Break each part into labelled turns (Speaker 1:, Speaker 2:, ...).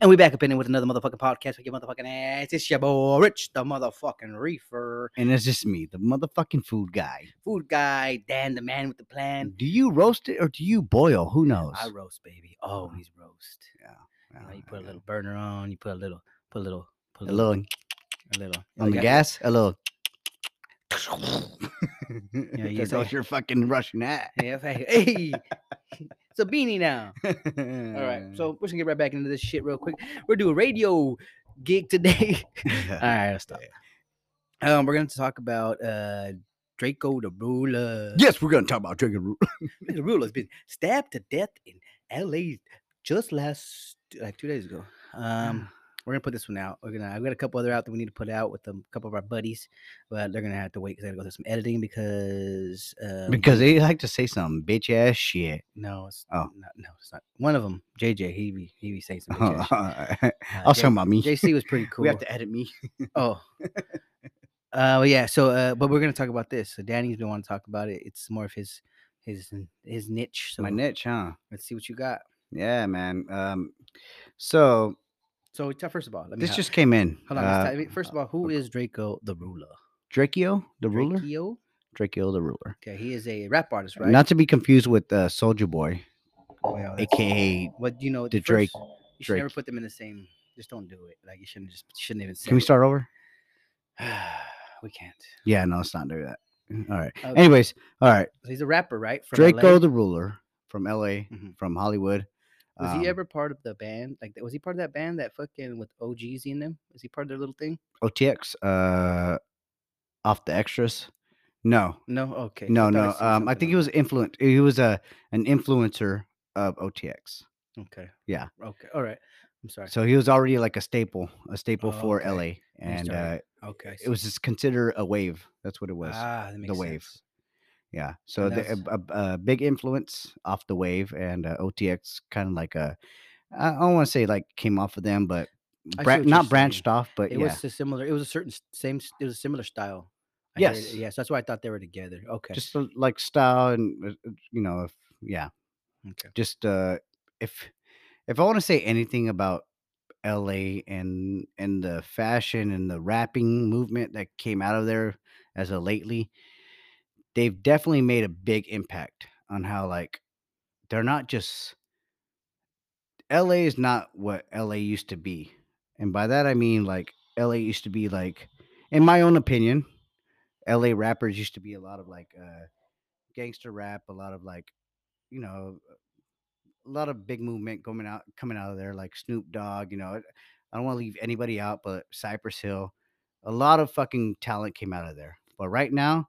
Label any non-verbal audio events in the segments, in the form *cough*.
Speaker 1: And we back up in it with another motherfucking podcast with your motherfucking ass. It's your boy Rich, the motherfucking reefer,
Speaker 2: And it's just me, the motherfucking food guy.
Speaker 1: food guy, Dan, the man with the plan.
Speaker 2: Do you roast it or do you boil? Who knows?
Speaker 1: I roast, baby. Always roast.
Speaker 2: Uh,
Speaker 1: You, know, you put a little burner on. You put a little, put a little, put
Speaker 2: Ah, a little
Speaker 1: a little
Speaker 2: on the
Speaker 1: Yeah,
Speaker 2: gas, a little. *laughs*
Speaker 1: Yeah, you
Speaker 2: That's all
Speaker 1: say-
Speaker 2: your fucking Russian at.
Speaker 1: *laughs* Yeah, hey, hey.
Speaker 2: *laughs*
Speaker 1: it's a beanie now. All right, so we're gonna get right back into this shit real quick. We're doing radio gig today. *laughs* All right, I'll stop. Um, we're gonna talk about uh Draco the Ruler.
Speaker 2: yes, we're gonna talk about drinking. ru-
Speaker 1: the Ruler's been stabbed to death in L.A. just last like two days ago. Um,
Speaker 2: Ah.
Speaker 1: we're gonna put this one out. We're gonna. I've got a couple other out that we need to put out with a couple of our buddies, but they're gonna have to wait because I gotta go through some editing because um,
Speaker 2: because they like to say some bitch ass shit.
Speaker 1: no, it's
Speaker 2: Oh.
Speaker 1: not, no, it's not. One of them, JJ, he be he be saying some.
Speaker 2: *laughs*
Speaker 1: bitch ass shit.
Speaker 2: I
Speaker 1: Uh,
Speaker 2: was
Speaker 1: J-
Speaker 2: talking about me.
Speaker 1: JC was pretty cool.
Speaker 2: *laughs* We have to edit me.
Speaker 1: Oh.
Speaker 2: *laughs*
Speaker 1: Uh, well, yeah. So, uh, but we're gonna talk about this. So Danny's been wanting to talk about it. It's more of his, his, his niche. So
Speaker 2: My niche, huh?
Speaker 1: Let's see what you got.
Speaker 2: Yeah, man. Um, so
Speaker 1: So, t- first of all, let me.
Speaker 2: this
Speaker 1: ho-
Speaker 2: just came in.
Speaker 1: hold on.
Speaker 2: Uh,
Speaker 1: let's ti- first of all, who is Draco the Ruler?
Speaker 2: Dracio, the ruler.
Speaker 1: Draco.
Speaker 2: Dracio, the ruler.
Speaker 1: Okay, he is a rap artist, right?
Speaker 2: Not to be confused with uh, Soldier Boy,
Speaker 1: Well, that's-
Speaker 2: aka.
Speaker 1: What do you know?
Speaker 2: the
Speaker 1: first,
Speaker 2: Drake-
Speaker 1: You should never
Speaker 2: Drake.
Speaker 1: put them in the same. Just don't do it. Like you shouldn't just shouldn't even. Say
Speaker 2: Can we
Speaker 1: it.
Speaker 2: start over?
Speaker 1: *sighs* we can't.
Speaker 2: Yeah, no, let's not do that. Mm, All right.
Speaker 1: Okay.
Speaker 2: Anyways, all right.
Speaker 1: So he's a rapper, right? From
Speaker 2: Draco,
Speaker 1: LA?
Speaker 2: the ruler from L.A.,
Speaker 1: Mhm.
Speaker 2: from Hollywood.
Speaker 1: Was
Speaker 2: um,
Speaker 1: he ever part of the band? Like, was he part of that band that fucking with OGs in them? Was he part of their little thing?
Speaker 2: OTX? Uh, off the extras. No,
Speaker 1: No. Okay.
Speaker 2: no,
Speaker 1: thought
Speaker 2: no.
Speaker 1: seen
Speaker 2: Um, I
Speaker 1: something
Speaker 2: think
Speaker 1: on
Speaker 2: he was influent. He was a an influencer of OTX.
Speaker 1: that. Okay.
Speaker 2: yeah.
Speaker 1: Okay. All right. I'm sorry.
Speaker 2: So he was already like a staple, a staple
Speaker 1: Oh,
Speaker 2: for
Speaker 1: okay.
Speaker 2: LA, and uh,
Speaker 1: started- okay. I see.
Speaker 2: it was just considered a wave. That's what it was.
Speaker 1: ah, that makes
Speaker 2: wave.
Speaker 1: sense.
Speaker 2: yeah. So the,
Speaker 1: that's-
Speaker 2: a, a, a big influence off the wave, and uh, OTX kind of like a I I don't want to say like came off of them, but
Speaker 1: I see
Speaker 2: bran-
Speaker 1: what you're
Speaker 2: not branched
Speaker 1: saying.
Speaker 2: off, but
Speaker 1: It
Speaker 2: yeah.
Speaker 1: was a similar. It was a certain s- same. s- It was a similar style. I heard it-
Speaker 2: Yes.
Speaker 1: yes. That's why I thought they were together. Okay.
Speaker 2: just uh, like style and uh, uh, you know if yeah
Speaker 1: okay.
Speaker 2: just uh if if i want to say anything about la and and the fashion and the rapping movement that came out of there as of lately they've definitely made a big impact on how like they're not just la is not what la used to be and by that i mean like la used to be like in my own opinion la rappers used to be a lot of like uh gangster rap a lot of like you know a lot of big movement coming out coming out of there, like Snoop Dogg. You know, I don't want to leave anybody out, but Cypress Hill, a lot of fucking talent came out of there. But right now,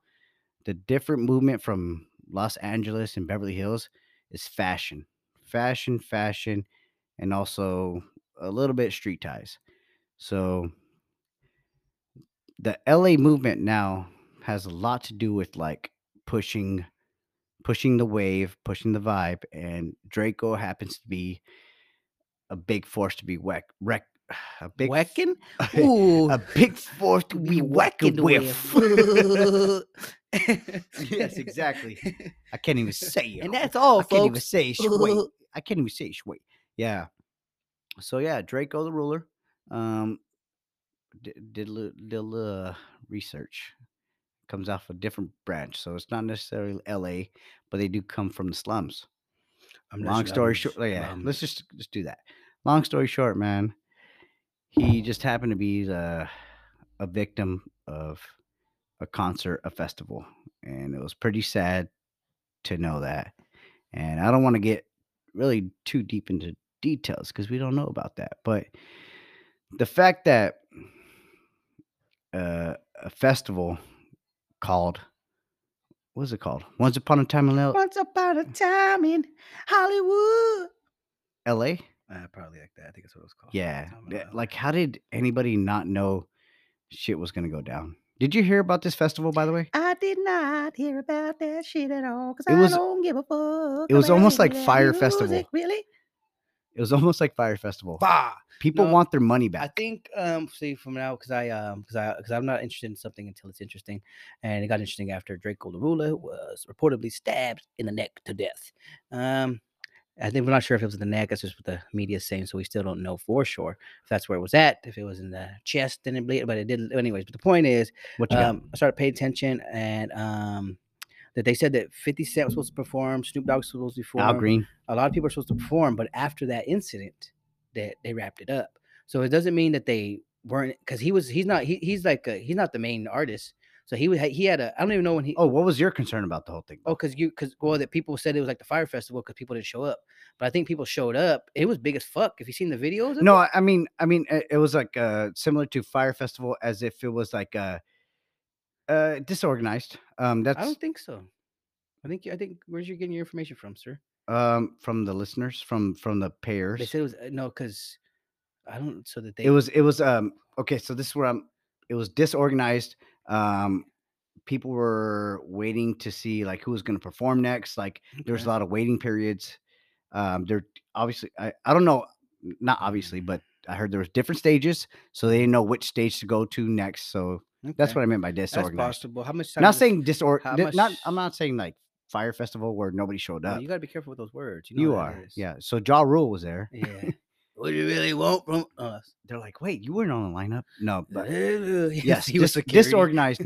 Speaker 2: the different movement from Los Angeles and Beverly Hills is fashion, fashion, fashion, and also a little bit street ties. So the LA movement now has a lot to do with like pushing pushing the wave, pushing the vibe, and Draco happens to be a big force to be wreck, wreck *sighs* a big f- *laughs*
Speaker 1: Wecking. Ooh.
Speaker 2: a big force to be whacking with. *laughs* Yes, exactly. I can't even say
Speaker 1: *laughs*
Speaker 2: it.
Speaker 1: and that's all,
Speaker 2: I can't even
Speaker 1: folks.
Speaker 2: say it shway. I can't even say it shway. Yeah. So yeah, Draco the ruler. Um, d- did a little, did a little uh, research. Comes off a different branch, so it's not necessarily L.A., but they do come from the slums.
Speaker 1: I'm
Speaker 2: Long
Speaker 1: just
Speaker 2: story
Speaker 1: loving
Speaker 2: short,
Speaker 1: this.
Speaker 2: yeah.
Speaker 1: Um,
Speaker 2: Let's just just do that. Long story short, man, he just happened to be the, a victim of a concert, a festival, and it was pretty sad to know that. And I don't want to get really too deep into details because we don't know about that, but the fact that uh, a festival called what was it called? Once upon a time in L-
Speaker 1: Once upon a time in Hollywood.
Speaker 2: L.A.
Speaker 1: Uh, probably like that. I think that's what it was called.
Speaker 2: Yeah.
Speaker 1: Time
Speaker 2: th-
Speaker 1: out.
Speaker 2: Like, how did anybody not know shit was going to go down? Did you hear about this festival, by the way?
Speaker 1: I did not hear about that shit at all because
Speaker 2: It was-
Speaker 1: don't give a fuck.
Speaker 2: it was
Speaker 1: about
Speaker 2: almost
Speaker 1: any
Speaker 2: like
Speaker 1: of that
Speaker 2: Fyre Festival.
Speaker 1: Really?
Speaker 2: It was *laughs* almost like Fire Festival.
Speaker 1: Bah.
Speaker 2: People
Speaker 1: no,
Speaker 2: want their money
Speaker 1: I
Speaker 2: back.
Speaker 1: think um see from now because I um because I because I'm not interested in something until it's interesting, and it got interesting after Draco Larula was reportedly stabbed in the neck to death. Um, I think we're not sure if it was the neck. That's just what the media is saying. So we still don't know for sure if that's where it was at. If it was in the chest, then it bleed. But it did, anyways. But the point is,
Speaker 2: What you got?
Speaker 1: um, I started paying attention, and um, that they said that 50 Cent was supposed to perform, Snoop Dogg was supposed to perform.
Speaker 2: Al Green.
Speaker 1: A lot of people are supposed to perform, but after that incident, that they wrapped it up. So it doesn't mean that they weren't, because he was. He's not. He, he's like. A, he's not the main artist. So he was. He had a. I don't even know when he.
Speaker 2: Oh, what was your concern about the whole thing?
Speaker 1: Oh, because you because well that people said it was like the fire festival because people didn't show up, but I think people showed up. It was big as fuck. If you seen the videos, of
Speaker 2: no,
Speaker 1: it?
Speaker 2: I I mean, I mean, uh, it was like uh, similar to Fire Festival, as if it was like uh, uh, disorganized. Um,
Speaker 1: I
Speaker 2: that's
Speaker 1: don't think so. I think you- I think where's you getting your information from, sir?
Speaker 2: um from the listeners, from from the payers.
Speaker 1: They said it was uh, no because I don't so that they
Speaker 2: it was it was um okay so this is where i'm it was disorganized um people were waiting to see like who was going to perform next like there was a
Speaker 1: Okay.
Speaker 2: lot of waiting periods um there obviously i i don't know n- not obviously but i heard there was different stages so they didn't know which stage to go to next so that's
Speaker 1: Okay.
Speaker 2: what i meant by
Speaker 1: that's
Speaker 2: disorganized
Speaker 1: possible. How much time?
Speaker 2: not
Speaker 1: does-
Speaker 2: saying disor
Speaker 1: how
Speaker 2: di- not
Speaker 1: much-
Speaker 2: i'm not saying like fire festival where nobody showed
Speaker 1: Well,
Speaker 2: up
Speaker 1: you
Speaker 2: Oh, you,
Speaker 1: got to be careful with those words. You, know how that
Speaker 2: are
Speaker 1: is.
Speaker 2: yeah so jaw rule was there
Speaker 1: Yeah. *laughs* what do you really want from us?
Speaker 2: they're like wait you weren't on the lineup no but
Speaker 1: yes,
Speaker 2: yes,
Speaker 1: *laughs* he was
Speaker 2: dis-
Speaker 1: security.
Speaker 2: *laughs* disorganized,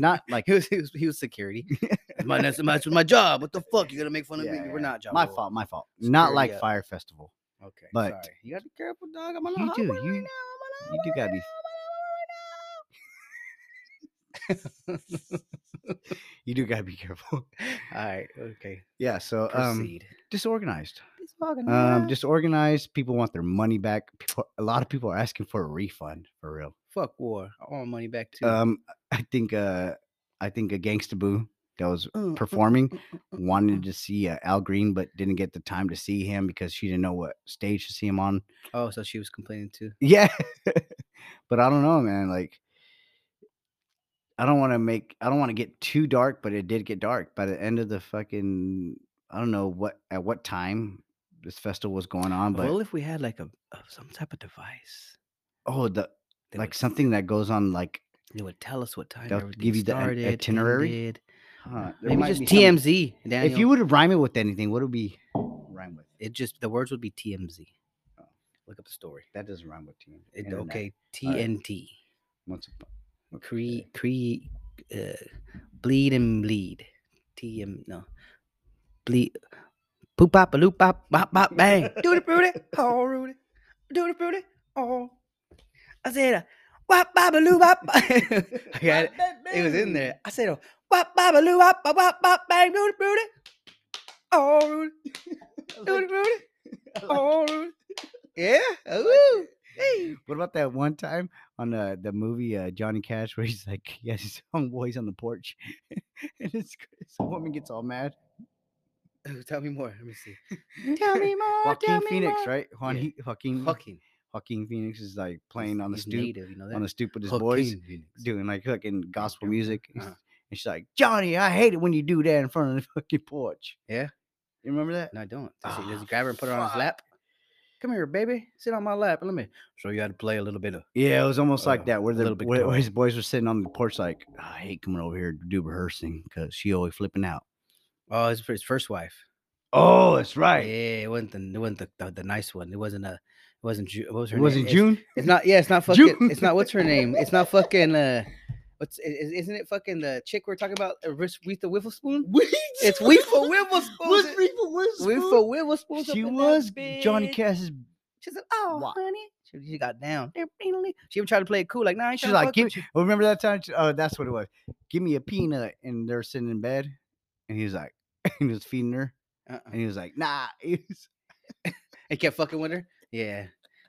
Speaker 1: *laughs*
Speaker 2: not like
Speaker 1: He was, he was, he was *laughs* security. That's my, that's, my, that's my job. What the fuck? You're gonna make fun of
Speaker 2: Yeah,
Speaker 1: me? We're
Speaker 2: yeah.
Speaker 1: not job.
Speaker 2: my fault,
Speaker 1: *laughs*
Speaker 2: my fault. Not
Speaker 1: Security
Speaker 2: like
Speaker 1: up.
Speaker 2: Fire Festival.
Speaker 1: Okay,
Speaker 2: But-
Speaker 1: sorry. you gotta be careful, dog. I'm on
Speaker 2: You
Speaker 1: the
Speaker 2: do,
Speaker 1: highway right
Speaker 2: you-
Speaker 1: now. I'm on the
Speaker 2: You do
Speaker 1: highway
Speaker 2: gotta be,
Speaker 1: *laughs*
Speaker 2: you do gotta be *laughs* careful.
Speaker 1: right now. All right, okay.
Speaker 2: yeah, so um,
Speaker 1: Proceed.
Speaker 2: disorganized.
Speaker 1: It's fucking
Speaker 2: Um,
Speaker 1: up.
Speaker 2: disorganized. People want their money back. People, a lot of people are asking for a refund for real.
Speaker 1: fuck war. I want my money back too.
Speaker 2: Um, I think uh, I think a Gangsta Boo that was
Speaker 1: Mm, mm,
Speaker 2: performing
Speaker 1: mm, mm, mm,
Speaker 2: wanted
Speaker 1: *laughs* mm.
Speaker 2: to see uh, Al Green, but didn't get the time to see him because she didn't know what stage to see him on.
Speaker 1: Oh, so she was complaining too.
Speaker 2: Yeah. *laughs* but I don't know, man. Like, I don't want to make, I don't want to get too dark, but it did get dark by the end of the fucking, I don't know what, at what time this festival was going on, um, but
Speaker 1: well, if we had like a, a some type of device,
Speaker 2: oh, the,
Speaker 1: that
Speaker 2: like
Speaker 1: would-
Speaker 2: something that goes on, like,
Speaker 1: It would tell us what time
Speaker 2: They'll
Speaker 1: everything
Speaker 2: give you the an-
Speaker 1: started,
Speaker 2: itinerary?
Speaker 1: ended.
Speaker 2: huh, there
Speaker 1: Maybe
Speaker 2: might
Speaker 1: just
Speaker 2: be some-
Speaker 1: TMZ. Daniel.
Speaker 2: If you would rhyme it with anything, what would be rhyme with?
Speaker 1: it just the words would be TMZ. Look up the story.
Speaker 2: That doesn't rhyme with team.
Speaker 1: It-
Speaker 2: Internet.
Speaker 1: okay,
Speaker 2: All right.
Speaker 1: TNT.
Speaker 2: Once upon, okay.
Speaker 1: Cree, cree, uh, bleed and bleed. TM no, bleed. Poop pop a loop pop bop bop
Speaker 2: *laughs*
Speaker 1: bang. Duty fruity, oh Rudy, duty fruity, oh. I said a wop bop a loop
Speaker 2: *laughs*
Speaker 1: bop. *laughs* I got it. It was in there. I said a wop bop a loop bop bop bop bop bang. Duty fruity, oh
Speaker 2: *laughs*
Speaker 1: Rudy, duty fruity, oh Rudy. Yeah, ooh, hey.
Speaker 2: What about that one time on uh, the movie uh, Johnny Cash where he's like, *laughs* he has his young boys on the porch, *laughs* and his, his woman gets all mad.
Speaker 1: Tell me more. Let me see. Tell
Speaker 2: *laughs*
Speaker 1: me more. tell
Speaker 2: Joaquin
Speaker 1: me
Speaker 2: Phoenix,
Speaker 1: *laughs* more.
Speaker 2: right? Juan,
Speaker 1: Oh, Yeah.
Speaker 2: Joaquin,
Speaker 1: Fucking
Speaker 2: Joaquin Phoenix is like playing
Speaker 1: he's-
Speaker 2: on the
Speaker 1: he's
Speaker 2: stoop,
Speaker 1: native, you know
Speaker 2: on the
Speaker 1: that?
Speaker 2: stoop with his boys,
Speaker 1: Joaquin Phoenix.
Speaker 2: doing like fucking gospel
Speaker 1: okay.
Speaker 2: music. and
Speaker 1: Uh-huh.
Speaker 2: s- And she's like, Johnny, I hate it when you do that in front of the *laughs* fucking porch.
Speaker 1: Yeah?
Speaker 2: you remember that?
Speaker 1: No, I don't. Does, he, does
Speaker 2: Ah,
Speaker 1: he grab her and put her on his
Speaker 2: fuck.
Speaker 1: lap? Come here, baby. Sit on my lap. and Let me show you how to play a little bit of.
Speaker 2: Yeah, it was almost
Speaker 1: Uh,
Speaker 2: like that, where
Speaker 1: a
Speaker 2: the
Speaker 1: little bit
Speaker 2: where, where
Speaker 1: dark.
Speaker 2: his boys were sitting on the porch, like, "Oh, I hate coming over here to do rehearsing because she always flipping out.
Speaker 1: Oh, it's for his first wife.
Speaker 2: Oh, that's right.
Speaker 1: Yeah, it wasn't the it wasn't the, the, the nice one. It wasn't a. It wasn't. Ju- What was her
Speaker 2: It
Speaker 1: name?
Speaker 2: wasn't
Speaker 1: It's-
Speaker 2: June.
Speaker 1: It's not. Yeah,
Speaker 2: *laughs*
Speaker 1: it's not
Speaker 2: Ju-
Speaker 1: fucking. It's not. What's her name? It's not fucking. Uh, what's i- i- isn't it fucking the chick we're talking about? uh, Aretha Wifflespoon.
Speaker 2: *laughs*
Speaker 1: It's *laughs* Weefa Wifflespoon. Weefa Wifflespoon.
Speaker 2: She was Johnny Cash's.
Speaker 1: She said, "Oh,
Speaker 2: Wha-
Speaker 1: honey," she, she got down. They're really- She even tried to play it cool, like, "Nah, I ain't
Speaker 2: She's
Speaker 1: tryna
Speaker 2: like,
Speaker 1: fuck
Speaker 2: give
Speaker 1: with
Speaker 2: me. Remember that time? She- Oh, that's what it was. Give me a peanut, and they're sitting in bed, and he was like, *laughs* he was feeding her,
Speaker 1: you." Uh-uh.
Speaker 2: and he was like, nah. *laughs* He was-
Speaker 1: It kept fucking with her.
Speaker 2: *laughs*
Speaker 1: Yeah,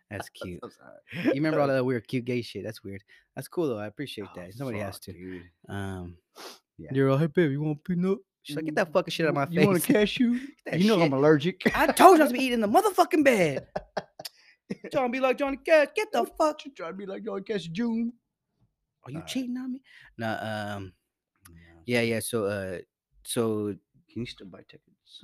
Speaker 1: that's cute.
Speaker 2: I'm sorry.
Speaker 1: You remember all
Speaker 2: *laughs*
Speaker 1: that weird, cute gay shit? That's weird. That's cool though. I appreciate
Speaker 2: Oh,
Speaker 1: that. Nobody has
Speaker 2: fuck,
Speaker 1: to.
Speaker 2: dude.
Speaker 1: Um,
Speaker 2: Yeah.
Speaker 1: you're all, hey babe, you want a peanut? She's like, get that fucking shit out of my
Speaker 2: You want a
Speaker 1: face.
Speaker 2: cashew? *laughs*
Speaker 1: that
Speaker 2: you know I'm
Speaker 1: shit.
Speaker 2: *laughs* allergic.
Speaker 1: *laughs* I told you I was be eating in the motherfucking
Speaker 2: *laughs*
Speaker 1: bed. Trying to be like Johnny Cash. Get the fuck.
Speaker 2: You trying to be like Johnny Cash June?
Speaker 1: Are you
Speaker 2: Alright.
Speaker 1: cheating on me? Nah. Um.
Speaker 2: Yeah.
Speaker 1: Yeah. Yeah. So. Uh. So
Speaker 2: Can you still buy tickets?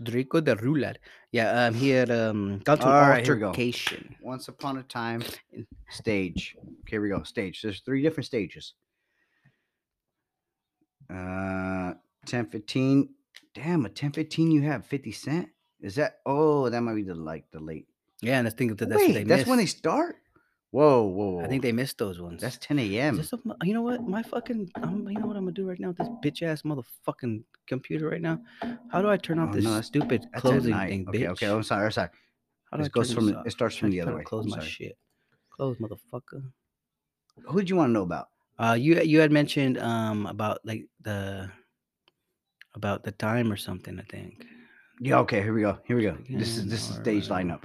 Speaker 1: Rico de Ruler. Yeah, um, he had um, gone to an
Speaker 2: Alright, here we go.
Speaker 1: altercation.
Speaker 2: Once upon a time, stage. Okay, here we go. Stage. There's three different stages. Uh, ten fifteen. Damn, a ten fifteen. You have fifty cent. Is that oh that might be the like the late.
Speaker 1: Yeah, and I think that that's
Speaker 2: Wait,
Speaker 1: what they
Speaker 2: that's when they
Speaker 1: missed.
Speaker 2: start. Whoa, whoa, whoa!
Speaker 1: I think they missed those ones.
Speaker 2: that's 10
Speaker 1: Is
Speaker 2: a.m.
Speaker 1: this a mo- you know what? My fucking, I'm, you know what I'm gonna do right now with this bitch ass motherfucking computer right now? How do I turn off
Speaker 2: Oh,
Speaker 1: this
Speaker 2: no, that's-
Speaker 1: stupid
Speaker 2: That's at
Speaker 1: closing
Speaker 2: night.
Speaker 1: thing,
Speaker 2: okay,
Speaker 1: bitch?
Speaker 2: okay. I'm sorry. I'm sorry.
Speaker 1: How do I
Speaker 2: It goes
Speaker 1: turn
Speaker 2: from
Speaker 1: this
Speaker 2: the-
Speaker 1: off?
Speaker 2: it starts from
Speaker 1: I'm
Speaker 2: the other
Speaker 1: trying to
Speaker 2: way.
Speaker 1: Close
Speaker 2: I'm
Speaker 1: my
Speaker 2: sorry.
Speaker 1: shit. Close, motherfucker.
Speaker 2: Who did you want to know about?
Speaker 1: Uh, you you had mentioned um about like the about the time or something. I think.
Speaker 2: Yeah. Okay. Here we go. Here we go. This is
Speaker 1: Again,
Speaker 2: this is stage
Speaker 1: alright.
Speaker 2: lineup.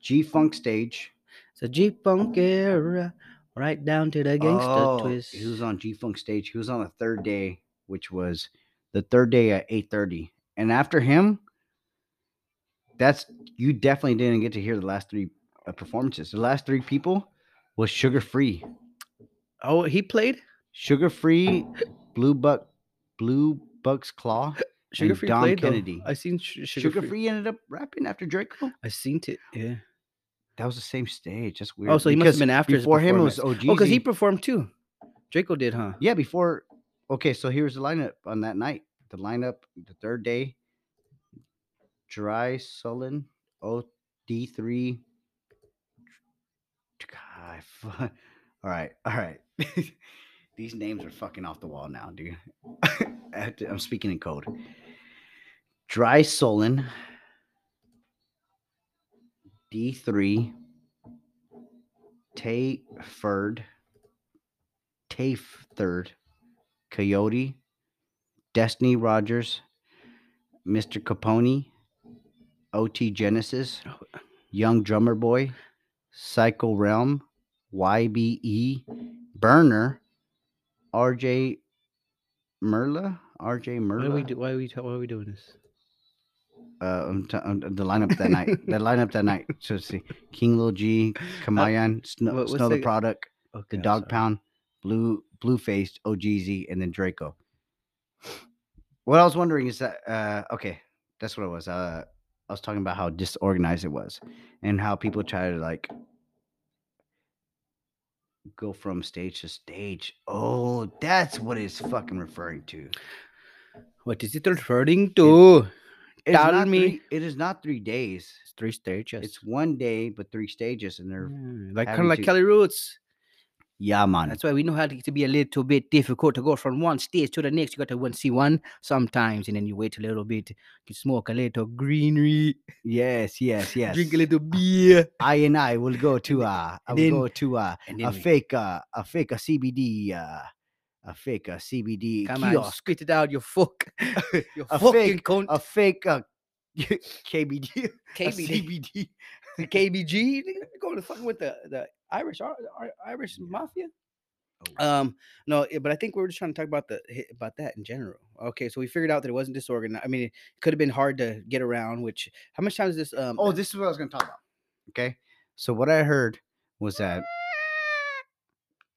Speaker 2: G Funk stage.
Speaker 1: So G Funk era, right down to the gangster
Speaker 2: oh,
Speaker 1: twist.
Speaker 2: He was on G Funk stage. He was on the third day, which was the third day at 8:30. And after him, that's you definitely didn't get to hear the last three uh, performances. The last three people was Sugar Free.
Speaker 1: oh, he played
Speaker 2: Sugar Free, Blue Buck, Blue Buck's Claw.
Speaker 1: Sugar Free
Speaker 2: Dom
Speaker 1: played though.
Speaker 2: Kennedy.
Speaker 1: I seen Sh- *laughs* Sugar,
Speaker 2: Sugar
Speaker 1: Free.
Speaker 2: Free ended up rapping after Draco.
Speaker 1: I seen it. Yeah.
Speaker 2: That was the same stage. That's weird.
Speaker 1: Oh, so he must
Speaker 2: because
Speaker 1: have been after his
Speaker 2: before him. It was
Speaker 1: performance.
Speaker 2: OG.
Speaker 1: oh, because he performed too. Draco did, huh?
Speaker 2: Uh, Yeah, before. Okay, so here's the lineup on that night. The lineup, the third day. Dry, sullen, O D three. God, *laughs* fu- all right, all right. *laughs* These names are fucking off the wall now, dude. *laughs* I have to, I'm speaking in code. Dry, sullen. D three. Tay Ferd. TAFE third, Coyote, Destiny Rogers, Mr. Capone, OT Genesis,
Speaker 1: Oh.
Speaker 2: Young Drummer Boy, Psycho Realm, YBE, Burner, RJ Merla,
Speaker 1: Why
Speaker 2: RJ
Speaker 1: are we
Speaker 2: Merla.
Speaker 1: do, why are we t- why are we doing this?
Speaker 2: Uh, I'm t- I'm- the lineup that night. the
Speaker 1: *laughs*
Speaker 2: lineup that night. So let's see, King Lil G, Kamayan, Snow,
Speaker 1: what- what's
Speaker 2: Snow the
Speaker 1: the-
Speaker 2: Product,
Speaker 1: Uh, Okay,
Speaker 2: the
Speaker 1: I'm
Speaker 2: Dog
Speaker 1: sorry.
Speaker 2: Pound, Blue Blue Faced, OGZ, and then Draco. What I was wondering is that uh okay, that's what it was. Uh I was talking about how disorganized it was and how people try to like go from stage to stage. Oh, that's what it's fucking referring to.
Speaker 1: What is it referring to?
Speaker 2: It is
Speaker 1: Tell
Speaker 2: not
Speaker 1: me.
Speaker 2: three- it is not three days.
Speaker 1: It's three stages. Mm.
Speaker 2: It's one day, but three stages, and they're
Speaker 1: Yeah, like kind
Speaker 2: having
Speaker 1: of like
Speaker 2: to-
Speaker 1: Kelly Roots.
Speaker 2: yeah, man.
Speaker 1: That's why we know how to, to be a little bit difficult to go from one stage to the next. You got to one see one sometimes, and then you wait a little bit. You smoke a little greenery,
Speaker 2: Yes, yes, yes.
Speaker 1: drink a little beer,
Speaker 2: I and I will go to uh, I will
Speaker 1: then-
Speaker 2: go to uh,
Speaker 1: and
Speaker 2: a
Speaker 1: then we
Speaker 2: fake uh, a fake a CBD uh, a fake a CBD
Speaker 1: come on,
Speaker 2: kiosk,
Speaker 1: spit it out. You fuck, *laughs* you
Speaker 2: A
Speaker 1: fucking
Speaker 2: fake-
Speaker 1: cunt.
Speaker 2: a fake uh, *laughs* KBD,
Speaker 1: KBD,
Speaker 2: a
Speaker 1: *laughs*
Speaker 2: CBD.
Speaker 1: the KBG, nigga, going to fucking with the the Irish ar- the Ar- Irish mafia.
Speaker 2: Oh,
Speaker 1: Um, no, eh, but I think we were just trying to talk about the hi- about that in general. Okay, so we figured out that it wasn't disorganized. I mean, it could have been hard to get around. Which how much time is this? Um,
Speaker 2: Oh, this is what I was going to talk about. Okay, so what I heard was that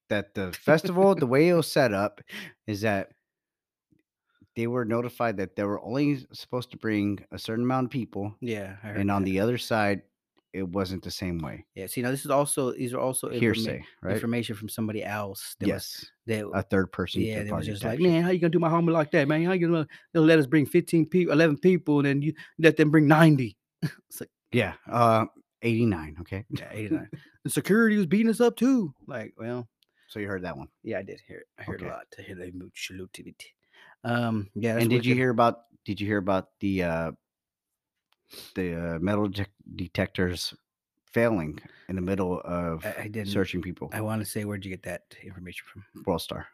Speaker 2: that the festival, the way it was set up, is that they were notified that they were only supposed to bring a certain amount of people,
Speaker 1: yeah, I heard
Speaker 2: and on
Speaker 1: that. *laughs*
Speaker 2: the other side, it wasn't the same way.
Speaker 1: yeah. See, now this is also these are also informa-
Speaker 2: Hearsay, right?
Speaker 1: information from somebody else. That was,
Speaker 2: Yes,
Speaker 1: that,
Speaker 2: a third person.
Speaker 1: yeah,
Speaker 2: third
Speaker 1: they was
Speaker 2: party
Speaker 1: just like,
Speaker 2: type shit.
Speaker 1: man, how you gonna do my homework like that, man? How you gonna they'll let us bring fifteen people, eleven people, and then you let them bring ninety?
Speaker 2: Yeah, uh, 89. Okay.
Speaker 1: Yeah, eighty *laughs* nine. and security was beating us up too. Like, well.
Speaker 2: So you heard that one.
Speaker 1: Yeah, I did hear it. I heard
Speaker 2: Okay.
Speaker 1: a lot. I heard a much to it. Um, yeah. that's
Speaker 2: and did you
Speaker 1: wicked.
Speaker 2: hear about? Did you hear about the uh, the uh, metal detec- detectors failing in the middle of
Speaker 1: I, I didn't.
Speaker 2: searching people?
Speaker 1: I want to say, where'd you get that information from?
Speaker 2: World Star,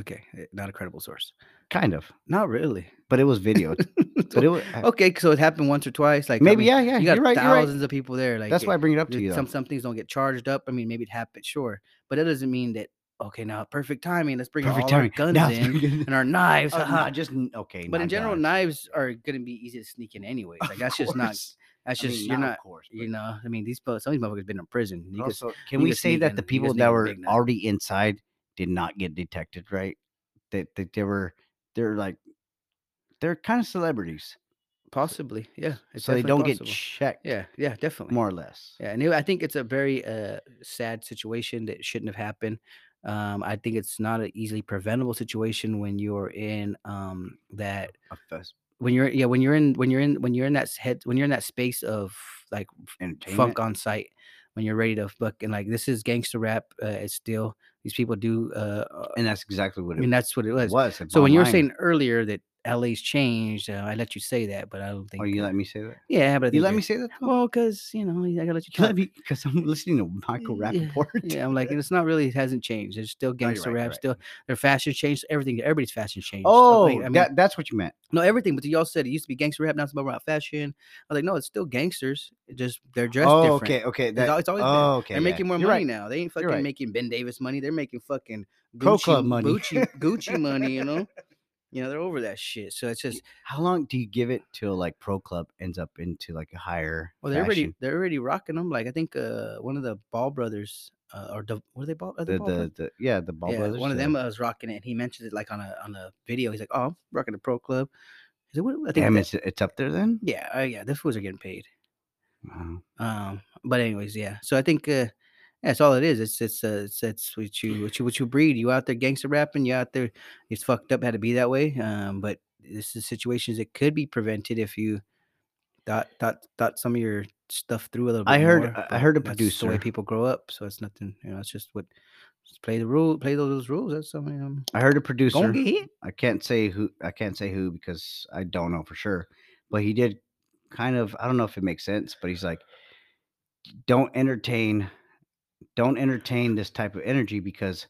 Speaker 1: Okay, eh, not a credible *laughs* source.
Speaker 2: kind of,
Speaker 1: Not really.
Speaker 2: but it was
Speaker 1: *laughs*
Speaker 2: videoed. but it was uh,
Speaker 1: okay, so it happened once or twice. Like I
Speaker 2: maybe
Speaker 1: mean,
Speaker 2: yeah yeah
Speaker 1: You got
Speaker 2: you're right you're right.
Speaker 1: thousands of people there. Like
Speaker 2: That's
Speaker 1: eh,
Speaker 2: why I bring it up to
Speaker 1: th-
Speaker 2: you.
Speaker 1: some
Speaker 2: Though.
Speaker 1: some things don't get charged up. I mean, maybe it happened, sure, but that doesn't mean that. Okay, now perfect timing. Let's bring all
Speaker 2: *laughs*
Speaker 1: our guns
Speaker 2: Now-
Speaker 1: in and our knives.
Speaker 2: Uh,
Speaker 1: haha.
Speaker 2: nah, *laughs* just n- okay.
Speaker 1: but in
Speaker 2: not
Speaker 1: general,
Speaker 2: guns.
Speaker 1: knives are gonna be easy to sneak in anyways. Like
Speaker 2: Of
Speaker 1: that's just not.
Speaker 2: course.
Speaker 1: That's
Speaker 2: I
Speaker 1: just
Speaker 2: mean,
Speaker 1: you're
Speaker 2: of
Speaker 1: not.
Speaker 2: course, but-
Speaker 1: You know, I mean, these po- some of these motherfuckers been in prison. You could
Speaker 2: Also, can
Speaker 1: you
Speaker 2: we
Speaker 1: could
Speaker 2: say
Speaker 1: sneak
Speaker 2: that
Speaker 1: in-
Speaker 2: the
Speaker 1: you could
Speaker 2: people
Speaker 1: sneak
Speaker 2: that
Speaker 1: in
Speaker 2: were
Speaker 1: big now.
Speaker 2: already inside did not get detected, right? That that they were they're like they're kind of celebrities,
Speaker 1: Possibly, yeah. it's
Speaker 2: so
Speaker 1: definitely
Speaker 2: they don't get
Speaker 1: possible.
Speaker 2: checked,
Speaker 1: yeah, yeah, definitely.
Speaker 2: more or less.
Speaker 1: Yeah, and it- I think it's a very uh, sad situation that shouldn't have happened. Um, I think it's not an easily preventable situation when you're in um, that
Speaker 2: A fes-
Speaker 1: when you're yeah when you're in when you're in when you're in that s- head when you're in that space of like
Speaker 2: Entertainment.
Speaker 1: funk on site when you're ready to fuck and like this is gangster rap uh, it's still these people do uh uh,
Speaker 2: and that's exactly what
Speaker 1: i
Speaker 2: it
Speaker 1: mean that's what it was
Speaker 2: was. at
Speaker 1: so when you were
Speaker 2: Bond
Speaker 1: saying earlier that la's changed uh, i let you say that but i don't
Speaker 2: Line.
Speaker 1: think
Speaker 2: oh, you
Speaker 1: uh,
Speaker 2: let me say that.
Speaker 1: yeah but I
Speaker 2: You
Speaker 1: think
Speaker 2: let
Speaker 1: you're-
Speaker 2: me say that. though?
Speaker 1: well because you know i gotta let *laughs* you
Speaker 2: You
Speaker 1: talk
Speaker 2: let me because I'm listening to *laughs* Michael
Speaker 1: Yeah, yeah,
Speaker 2: Rappaport.
Speaker 1: *laughs* yeah, I'm like, it's not really, it hasn't changed. It's still
Speaker 2: Oh, you're
Speaker 1: gangster
Speaker 2: right, you're
Speaker 1: rap.
Speaker 2: right.
Speaker 1: Still, their fashion changed. Everything, everybody's fashion changed.
Speaker 2: Oh,
Speaker 1: I mean, I mean,
Speaker 2: that, that's what you meant.
Speaker 1: no, everything. But y'all said it used to be gangster rap. Now it's about fashion. I was like, no, it's still gangsters. It just they're dressed
Speaker 2: oh,
Speaker 1: different.
Speaker 2: okay, okay.
Speaker 1: It's
Speaker 2: That,
Speaker 1: al- it's always been-
Speaker 2: oh, okay.
Speaker 1: They're
Speaker 2: yeah.
Speaker 1: making more
Speaker 2: You're
Speaker 1: money
Speaker 2: right.
Speaker 1: now. They ain't fucking
Speaker 2: right.
Speaker 1: making Ben Davis money. They're making fucking
Speaker 2: Pro
Speaker 1: Gucci
Speaker 2: Club money.
Speaker 1: Gucci, Gucci money.
Speaker 2: *laughs*
Speaker 1: You know, you know they're over that shit. So it's just
Speaker 2: How long do you give it till like Pro Club ends up into like a higher?
Speaker 1: well, they're already
Speaker 2: fashion?
Speaker 1: they're already rocking them. Like I think uh one of the Ball brothers uh, or the, what are they Ball? Are they
Speaker 2: the
Speaker 1: Ball brothers?
Speaker 2: the, the yeah the Ball
Speaker 1: yeah,
Speaker 2: Brothers.
Speaker 1: one of
Speaker 2: the-
Speaker 1: them uh, was rocking it. and He mentioned it like on a on a video. He's like, "Oh, I'm rocking the pro club." I said, "What?" I think.
Speaker 2: Damn,
Speaker 1: that-
Speaker 2: it's it's up there then.
Speaker 1: yeah, uh, yeah, those fools are getting paid.
Speaker 2: Wow.
Speaker 1: Um, but anyways, yeah. So I think uh, that's all it is. It's it's uh, it's, it's what you what you what you breed. You out there gangster rapping. You out there. It's fucked up. Had to be that way. Um, but this is situations that could be prevented if you thought thought thought some of your stuff through a little. bit
Speaker 2: I heard-
Speaker 1: more,
Speaker 2: I- I
Speaker 1: but
Speaker 2: heard a
Speaker 1: that's the way
Speaker 2: producer- uh
Speaker 1: people grow up. So it's nothing. You know, it's just what. Just play the rule. Play those rules. That's something. Um,
Speaker 2: I heard a producer.
Speaker 1: gonna get hit.
Speaker 2: I can't say who. I can't say who because I don't know for sure. But he did kind of. I don't know if it makes sense, but he's like, don't entertain, don't entertain this type of energy because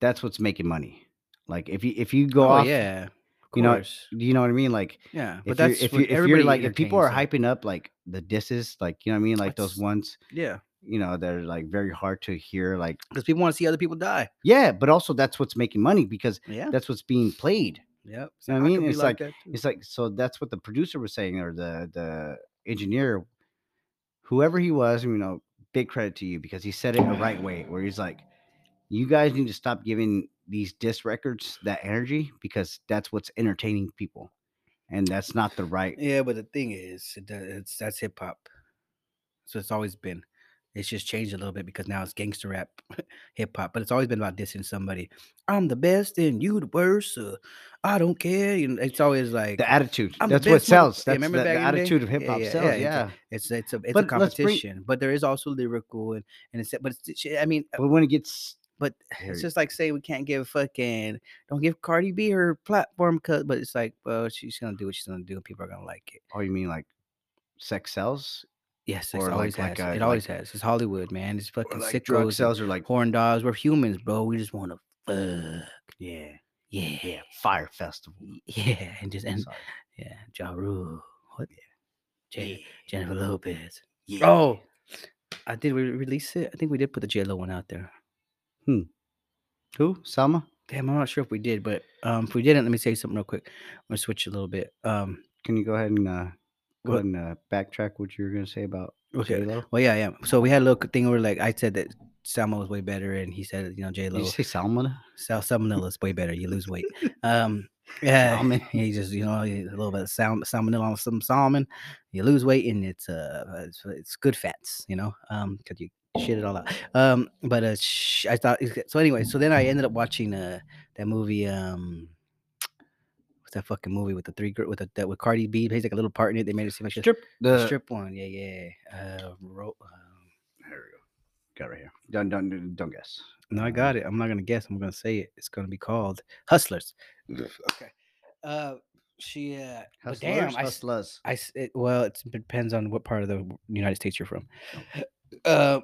Speaker 2: that's what's making money. Like if you if you go
Speaker 1: oh,
Speaker 2: off,
Speaker 1: yeah. of
Speaker 2: you know,
Speaker 1: course.
Speaker 2: you know what I mean. Like
Speaker 1: yeah,
Speaker 2: if
Speaker 1: but that's
Speaker 2: you're, if
Speaker 1: what
Speaker 2: you if you're
Speaker 1: everybody
Speaker 2: like if people are
Speaker 1: entertains
Speaker 2: hyping up like the disses, like you know what I mean, like those
Speaker 1: That's-
Speaker 2: ones
Speaker 1: it. Yeah,
Speaker 2: you know that are like very hard to hear. Like
Speaker 1: because people want to see other people die.
Speaker 2: yeah, but also that's what's making money because
Speaker 1: Yeah,
Speaker 2: that's what's being played.
Speaker 1: yep.
Speaker 2: know what I
Speaker 1: could
Speaker 2: mean?
Speaker 1: be
Speaker 2: It's like-
Speaker 1: that too.
Speaker 2: It's like so that's what the producer was saying, or the the engineer, whoever he was. You know, big credit to you because he said it in the right way, where he's like, "You guys need to stop giving these disc records that energy because that's what's entertaining people, and that's not the right."
Speaker 1: yeah, but the thing is, it, does- it's that's hip hop. So it's always been. It's just changed a little bit because now it's gangster rap, *laughs* hip hop. But it's always been about dissing somebody. I'm the best and you the worst. Uh, I don't care. You know, it's always like
Speaker 2: The attitude.
Speaker 1: I'm the
Speaker 2: that's what
Speaker 1: best mother-
Speaker 2: sells.
Speaker 1: Yeah,
Speaker 2: That's
Speaker 1: remember
Speaker 2: the, the
Speaker 1: back in the day?
Speaker 2: attitude of hip hop
Speaker 1: Yeah, yeah,
Speaker 2: sells.
Speaker 1: yeah, Uh,
Speaker 2: Yeah.
Speaker 1: it's a- it's it's a it's a
Speaker 2: But let's bring-
Speaker 1: competition. But there is also lyrical and and it's but it's, I mean
Speaker 2: But when it gets
Speaker 1: But
Speaker 2: Here
Speaker 1: it's
Speaker 2: you-
Speaker 1: just like say we can't give fucking don't give Cardi B her platform cut, but it's like, well, she's gonna do what she's gonna do, and people are gonna like it.
Speaker 2: oh, you mean like sex sells?
Speaker 1: Yes, it
Speaker 2: Or like-
Speaker 1: always
Speaker 2: like,
Speaker 1: has.
Speaker 2: uh,
Speaker 1: it
Speaker 2: like-
Speaker 1: always has. It's Hollywood, man. It's
Speaker 2: Or
Speaker 1: fucking
Speaker 2: like
Speaker 1: sick
Speaker 2: drug
Speaker 1: sickos, and
Speaker 2: sells are like
Speaker 1: horn dogs. We're humans, bro. We just want to fuck.
Speaker 2: yeah,
Speaker 1: Yeah, *laughs*
Speaker 2: yeah, fire festival.
Speaker 1: y- yeah, and just and
Speaker 2: Sorry.
Speaker 1: yeah, Ja Rule. What? Jen-
Speaker 2: Yeah.
Speaker 1: Jennifer Lopez.
Speaker 2: Yeah.
Speaker 1: Oh, I did we release it? I think we did put the J Lo one out there.
Speaker 2: Who? Selma?
Speaker 1: Damn, I'm not sure if we did, but um, if we didn't, let me say something real quick. I'm gonna switch a little bit. Um,
Speaker 2: Can you go ahead and uh,
Speaker 1: What?
Speaker 2: go ahead and uh, backtrack what you were gonna say about
Speaker 1: Okay.
Speaker 2: J-Lo?
Speaker 1: Well, yeah, yeah. So we had a little thing where, like, I said that Salmo was way better, and he said, you know, J
Speaker 2: Did you
Speaker 1: Lo,
Speaker 2: say salmon?
Speaker 1: Sal Salmonella is way better. You lose
Speaker 2: *laughs*
Speaker 1: weight. Um, yeah,
Speaker 2: Salmon.
Speaker 1: he just, *laughs* you know, a little bit of sal- salmonella on some salmon, you lose weight, and it's uh, it's, it's good fats, you know, um, cause you shit it all out. Um, but uh, sh- I thought so. Anyway, so then I ended up watching uh that movie um. What's that fucking movie with the three girl with the that with Cardi B plays like a little part in it? They made it seem like she was
Speaker 2: Strip. uh
Speaker 1: the
Speaker 2: The,
Speaker 1: strip one, yeah, yeah. Uh, ro- um,
Speaker 2: There we go. Got it right here. Don't don't don't guess.
Speaker 1: no, I
Speaker 2: Um,
Speaker 1: got it. I'm not gonna guess. I'm gonna say it. It's gonna be called Hustlers. okay. Uh, she. Uh, but damn, I, s-
Speaker 2: hustlers.
Speaker 1: I s- it- well, it depends on what part of the w- United States you're from. *laughs* Uh,